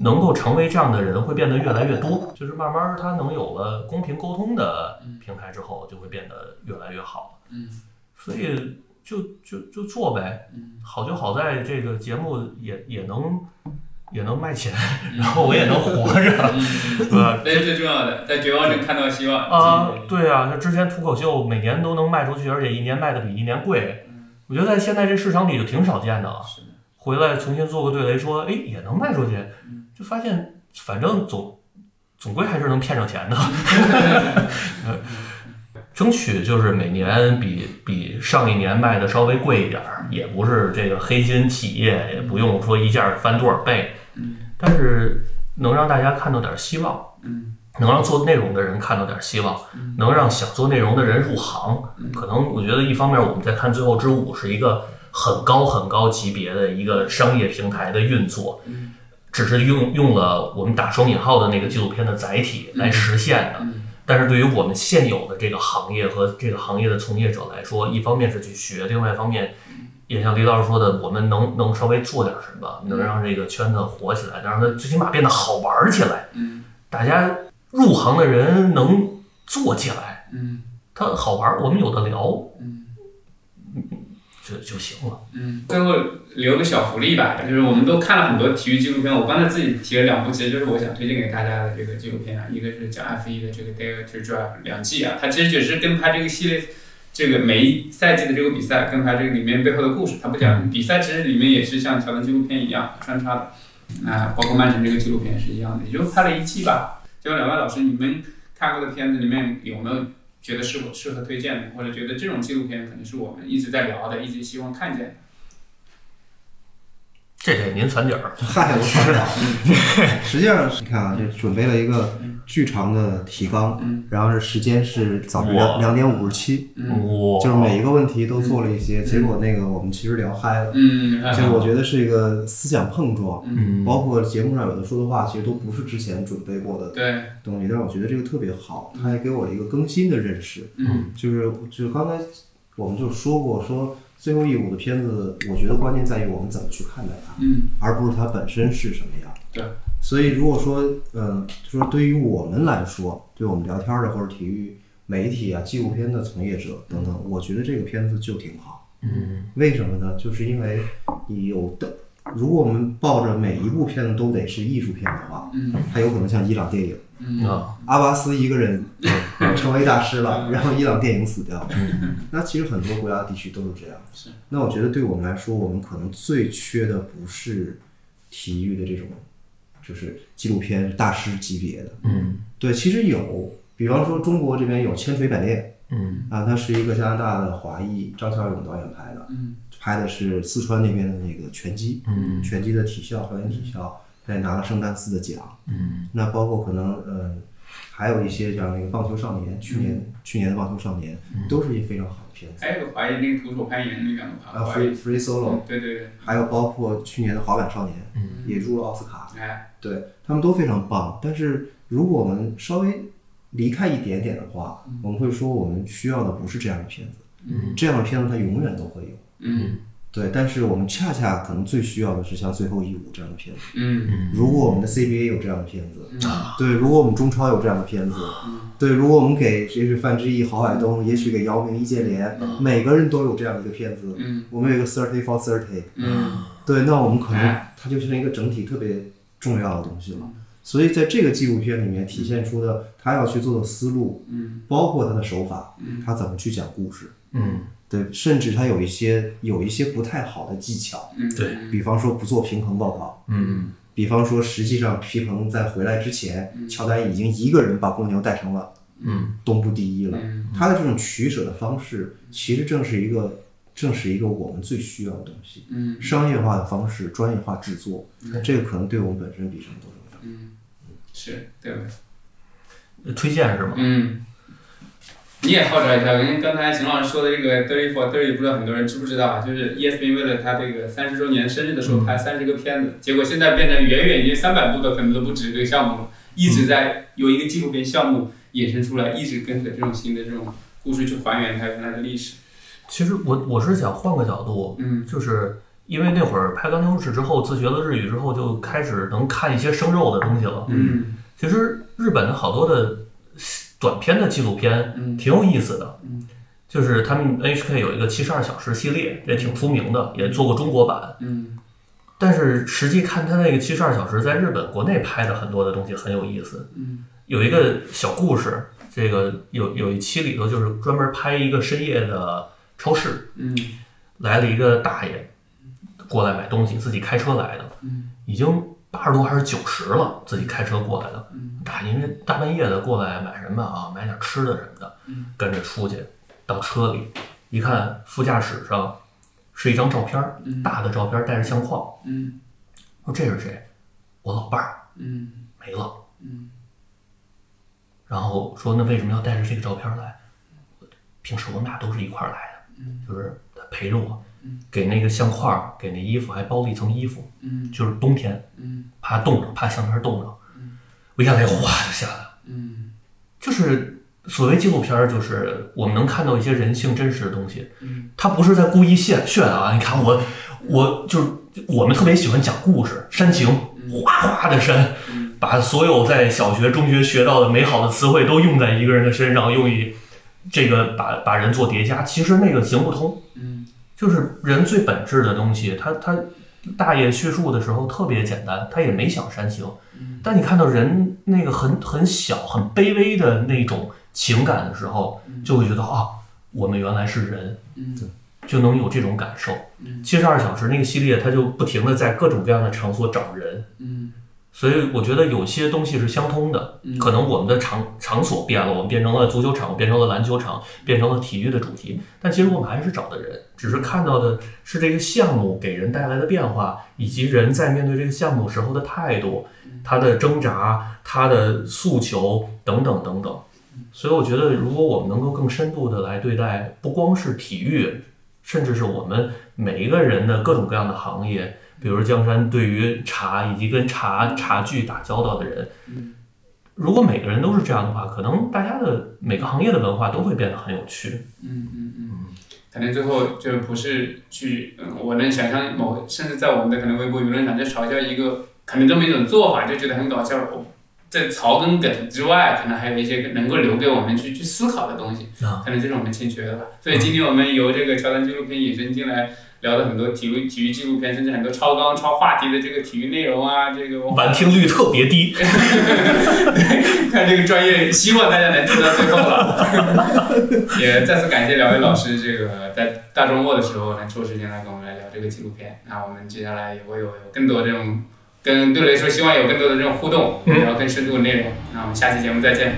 Speaker 7: 能够成为这样的人会变得越来越多。就是慢慢他能有了公平沟通的平台之后，就会变得越来越好。
Speaker 2: 嗯
Speaker 7: 所以就就就做呗，
Speaker 2: 嗯
Speaker 7: 好就好在这个节目也也能也能卖钱，然后我也能活着，
Speaker 2: 嗯，
Speaker 7: 对吧？
Speaker 2: 这是最重要的，在绝望中看到希望
Speaker 7: 啊，，对啊，那之前脱口秀每年都能卖出去，而且一年卖的比一年贵，我觉得在现在这市场里就挺少见的了。
Speaker 2: 嗯是的
Speaker 7: 回来重新做个对雷说，哎，也能卖出去，
Speaker 2: 嗯
Speaker 7: 就发现反正总总归还是能骗上钱的。
Speaker 2: 嗯
Speaker 7: 争取就是每年比比上一年卖的稍微贵一点儿，也不是这个黑心企业，也不用说一下翻多少倍，但是能让大家看到点儿希望。
Speaker 2: 嗯
Speaker 7: 能让做内容的人看到点希望，能让想做内容的人入行。可能我觉得一方面我们在看《最后之舞》是一个很高很高级别的一个商业平台的运作，只是用用了我们打双引号的那个纪录片的载体来实现的。但是对于我们现有的这个行业和这个行业的从业者来说，一方面是去学，另外一方面，也像李老师说的，我们能能稍微做点什么，能让这个圈子火起来，能让它最起码变得好玩儿起来。
Speaker 2: 嗯
Speaker 7: 大家入行的人能做起来，
Speaker 2: 嗯
Speaker 7: 它好玩儿，我们有的聊
Speaker 2: 嗯
Speaker 7: 就就行了。
Speaker 2: 嗯，最后留个小福利吧，就是我们都看了很多体育纪录片，我刚才自己提了两部，其实就是我想推荐给大家的这个纪录片啊，一个是讲 F 1的这个 Dare to Drive 两季啊，它其实只是跟拍这个系列。这个每一赛季的这个比赛，跟它这个里面背后的故事，它不讲比赛，其实里面也是像乔丹纪录片一样穿插的，啊，包括曼城这个纪录片也是一样的，也就拍了一季吧。就两位老师，你们看过的片子里面有没有觉得是否适合推荐的，或者觉得这种纪录片可能是我们一直在聊的，一直希望看见的？
Speaker 7: 这给您攒点儿，
Speaker 8: 嗨，我知道。
Speaker 2: 嗯
Speaker 8: 实际上，你看啊，这准备了一个巨长的提纲，
Speaker 2: 嗯
Speaker 8: 然后这时间是早上
Speaker 7: 哇
Speaker 8: 两两点五十七，
Speaker 2: 嗯
Speaker 7: 哇
Speaker 8: 就是每一个问题都做了一些，结果那个我们其实聊嗨了。
Speaker 2: 嗯，
Speaker 8: 其实我觉得是一个思想碰撞，
Speaker 7: 嗯
Speaker 8: 包括节目上有的说的话，其实都不是之前准备过的
Speaker 2: 对，
Speaker 8: 东西，但是我觉得这个特别好，它也给我了一个更新的认识。
Speaker 2: 嗯
Speaker 8: 就是就是刚才我们就说过，说最后一舞的片子，我觉得关键在于我们怎么去看待它，
Speaker 2: 嗯
Speaker 8: 而不是它本身是什么样。
Speaker 2: 对，
Speaker 8: 所以如果说，嗯、就是对于我们来说，对我们聊天儿的或者体育媒体啊、纪录片的从业者等
Speaker 2: 嗯
Speaker 8: 等，我觉得这个片子就挺好。
Speaker 7: 嗯
Speaker 8: 为什么呢？就是因为你有的如果我们抱着每一部片子都得是艺术片的话，
Speaker 2: 嗯
Speaker 8: 它有可能像伊朗电影，
Speaker 7: 啊，
Speaker 8: 阿巴斯一个人成为大师了，然后伊朗电影死掉了。那其实很多国家地区都是这样。
Speaker 2: 是。
Speaker 8: 那我觉得对我们来说，我们可能最缺的不是体育的这种，就是纪录片大师级别的。
Speaker 7: 嗯
Speaker 8: 对，其实有，比方说中国这边有《千锤百炼
Speaker 7: 嗯》
Speaker 8: 啊，它是一个加拿大的华裔张小勇导演拍的，
Speaker 2: 嗯
Speaker 8: 拍的是四川那边的那个拳击，
Speaker 7: 嗯
Speaker 8: 拳击的体校，少年体校，他也拿了圣丹斯的奖。
Speaker 7: 嗯
Speaker 8: 那包括可能呃，还有一些像那个棒球少年，去年去年的棒球少年
Speaker 7: 嗯
Speaker 8: 都是一些非常好的片子
Speaker 2: 还有个华裔那个徒手攀岩那个嘛，
Speaker 3: 嗯
Speaker 8: 啊
Speaker 2: 华
Speaker 8: ，Free
Speaker 2: 裔，
Speaker 8: Free Solo，
Speaker 2: 对对对，
Speaker 8: 还有包括去年的滑板少年
Speaker 7: 嗯
Speaker 8: 也入了奥斯卡，
Speaker 2: 哎，
Speaker 8: 对他们都非常棒。但是如果我们稍微离开一点点的话，我们会说我们需要的不是这样的片子，
Speaker 2: 嗯
Speaker 8: 这样的片子它永远都会有。
Speaker 2: 嗯
Speaker 8: 对，但是我们恰恰可能最需要的是像《最后一舞》这样的片子。
Speaker 2: 嗯
Speaker 8: 如果我们的 CBA 有这样的片子，
Speaker 2: 嗯
Speaker 8: 对，如果我们中超有这样的片子，对，如果我们给也许范志毅、郝海
Speaker 2: 嗯
Speaker 8: 东，也许给姚明、易建联，每个人都有这样的一个片子，
Speaker 2: 嗯
Speaker 8: 我们有一个 thirty for thirty，
Speaker 2: 嗯
Speaker 8: 对，那我们可能
Speaker 2: 哎嗯
Speaker 8: 它就是一个整体特别重要的东西了。所以在这个纪录片里面体现出的他要去做的思路，
Speaker 2: 嗯
Speaker 8: 包括他的手法，他怎么去讲故事，
Speaker 7: 嗯，
Speaker 8: 对，甚至他有一些有一些不太好的技巧，
Speaker 2: 嗯，
Speaker 7: 对，
Speaker 8: 比方说不做平衡报告，
Speaker 7: 嗯
Speaker 8: 比方说，实际上皮蓬在回来之前，乔丹已经一个人把公牛带成了
Speaker 7: 嗯
Speaker 8: 东部第一了
Speaker 2: 嗯。
Speaker 8: 他的这种取舍的方式，其实正是一个正是一个我们最需要的东西。
Speaker 2: 嗯
Speaker 8: 商业化的方式，专业化制作，这个可能对我们本身比什么都重要。
Speaker 2: 嗯，是对吧？
Speaker 7: 推荐是吗？
Speaker 2: 嗯，你也号召一下，因为刚才邢老师说的这个 Dirty for Dirty，不知道很多人知不知道啊？就是 ESPN 为了他这个三十周年生日的时候拍三十个片子，结果现在变成远远已经三百部的可能都不止这个项目了，一直在由一个纪录片项目衍生出来，一直跟着这种新的这种故事去还原它原来的历史。
Speaker 7: 其实我我是想换个角度，
Speaker 2: 嗯
Speaker 7: 就是因为那会儿拍《钢琴手指》之后，自学了日语之后，就开始能看一些生肉的东西了。
Speaker 2: 嗯
Speaker 7: 其实日本的好多的短片的纪录片
Speaker 2: 嗯
Speaker 7: 挺有意思的
Speaker 2: 嗯，
Speaker 7: 就是他们 NHK 有一个七十二小时系列，也挺出名的，也做过中国版。
Speaker 2: 嗯
Speaker 7: 但是实际看他那个七十二小时，在日本国内拍的很多的东西很有意思。
Speaker 2: 嗯
Speaker 7: 有一个小故事，这个有有一期里头就是专门拍一个深夜的超市，
Speaker 2: 嗯
Speaker 7: 来了一个大爷过来买东西，自己开车来的，
Speaker 2: 嗯
Speaker 7: 已经八十多还是九十了，自己开车过来的。
Speaker 2: 嗯
Speaker 7: 大爷大半夜的过来买什么啊？买点吃的什么的
Speaker 2: 嗯，
Speaker 7: 跟着出去到车里一看，副驾驶上是一张照片儿，
Speaker 2: 嗯
Speaker 7: 大的照片儿带着相框，
Speaker 2: 嗯
Speaker 7: 说这是谁？我老伴儿
Speaker 2: 嗯
Speaker 7: 没了。
Speaker 2: 嗯
Speaker 7: 然后说那为什么要带着这个照片来？平时我们俩都是一块儿来的，
Speaker 2: 嗯
Speaker 7: 就是他陪着我，给那个相框儿，给那衣服，还包了一层衣服，
Speaker 2: 嗯
Speaker 7: 就是冬天
Speaker 2: 嗯
Speaker 7: 怕冻着，怕相片冻着。我一看，泪哗就下来了。
Speaker 2: 嗯
Speaker 7: 就是所谓纪录片，儿，就是我们能看到一些人性真实的东西
Speaker 2: 嗯。
Speaker 7: 他不是在故意炫炫啊！你看我，我就是我们特别喜欢讲故事，煽情，哗哗的煽，把所有在小学、中学学到的美好的词汇都用在一个人的身上，用于这个把把人做叠加。其实那个行不通，
Speaker 2: 嗯
Speaker 7: 就是人最本质的东西。他他大爷叙述的时候特别简单，他也没想煽情，但你看到人那个很很小、很卑微的那种情感的时候，就会觉得啊，我们原来是人，
Speaker 2: 嗯
Speaker 7: 就能有这种感受。七十二小时那个系列，它就不停的在各种各样的场所找人，
Speaker 2: 嗯
Speaker 7: 所以我觉得有些东西是相通的。可能我们的场场所变了，我们变成了足球场，变成了篮球场，变成了体育的主题，但其实我们还是找的人，只是看到的是这个项目给人带来的变化，以及人在面对这个项目时候的态度、他的挣扎、他的诉求等等等等。所以我觉得，如果我们能够更深度的来对待，不光是体育，甚至是我们每一个人的各种各样的行业，比如江山对于茶以及跟茶茶具打交道的人，如果每个人都是这样的话，可能大家的每个行业的文化都会变得很有趣。
Speaker 2: 嗯嗯嗯，可能最后就不是去，嗯，我能想象某，甚至在我们的可能微博舆论上就嘲笑一个可能这么一种做法，就觉得很搞笑。我在槽跟梗之外，可能还有一些能够留给我们去去思考的东西，
Speaker 7: 啊
Speaker 2: 可能这是我们欠缺的吧。所以今天我们由这个乔丹纪录片引申进来，
Speaker 3: 聊的很多体育体育纪录片，甚至很多超纲、超话题的这个体育内容啊，这个文化
Speaker 7: 完听率特别低。
Speaker 3: 看这个专业，希望大家能听到最后了。 也再次感谢两位老师，这个在大周末的时候能抽时间来跟我们来聊这个纪录片。那我们接下来也会有有更多这种跟对雷说，希望有更多的这种互动，然后更深度的内容。那我们下期节目再见。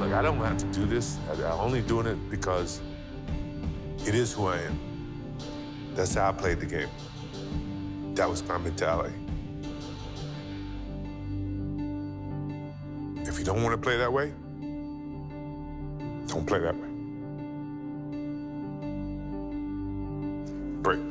Speaker 9: Like I don't have to do this. I- I'm only doing it because it is who I am. That's how I played the game. That was my mentality. If you don't want to play that way, don't play that way. Break.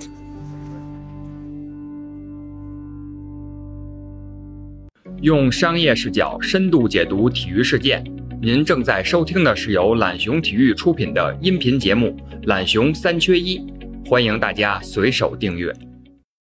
Speaker 1: 用商业视角深度解读体育事件。您正在收听的是由懒熊体育出品的音频节目《懒熊三缺一》，欢迎大家随手订阅。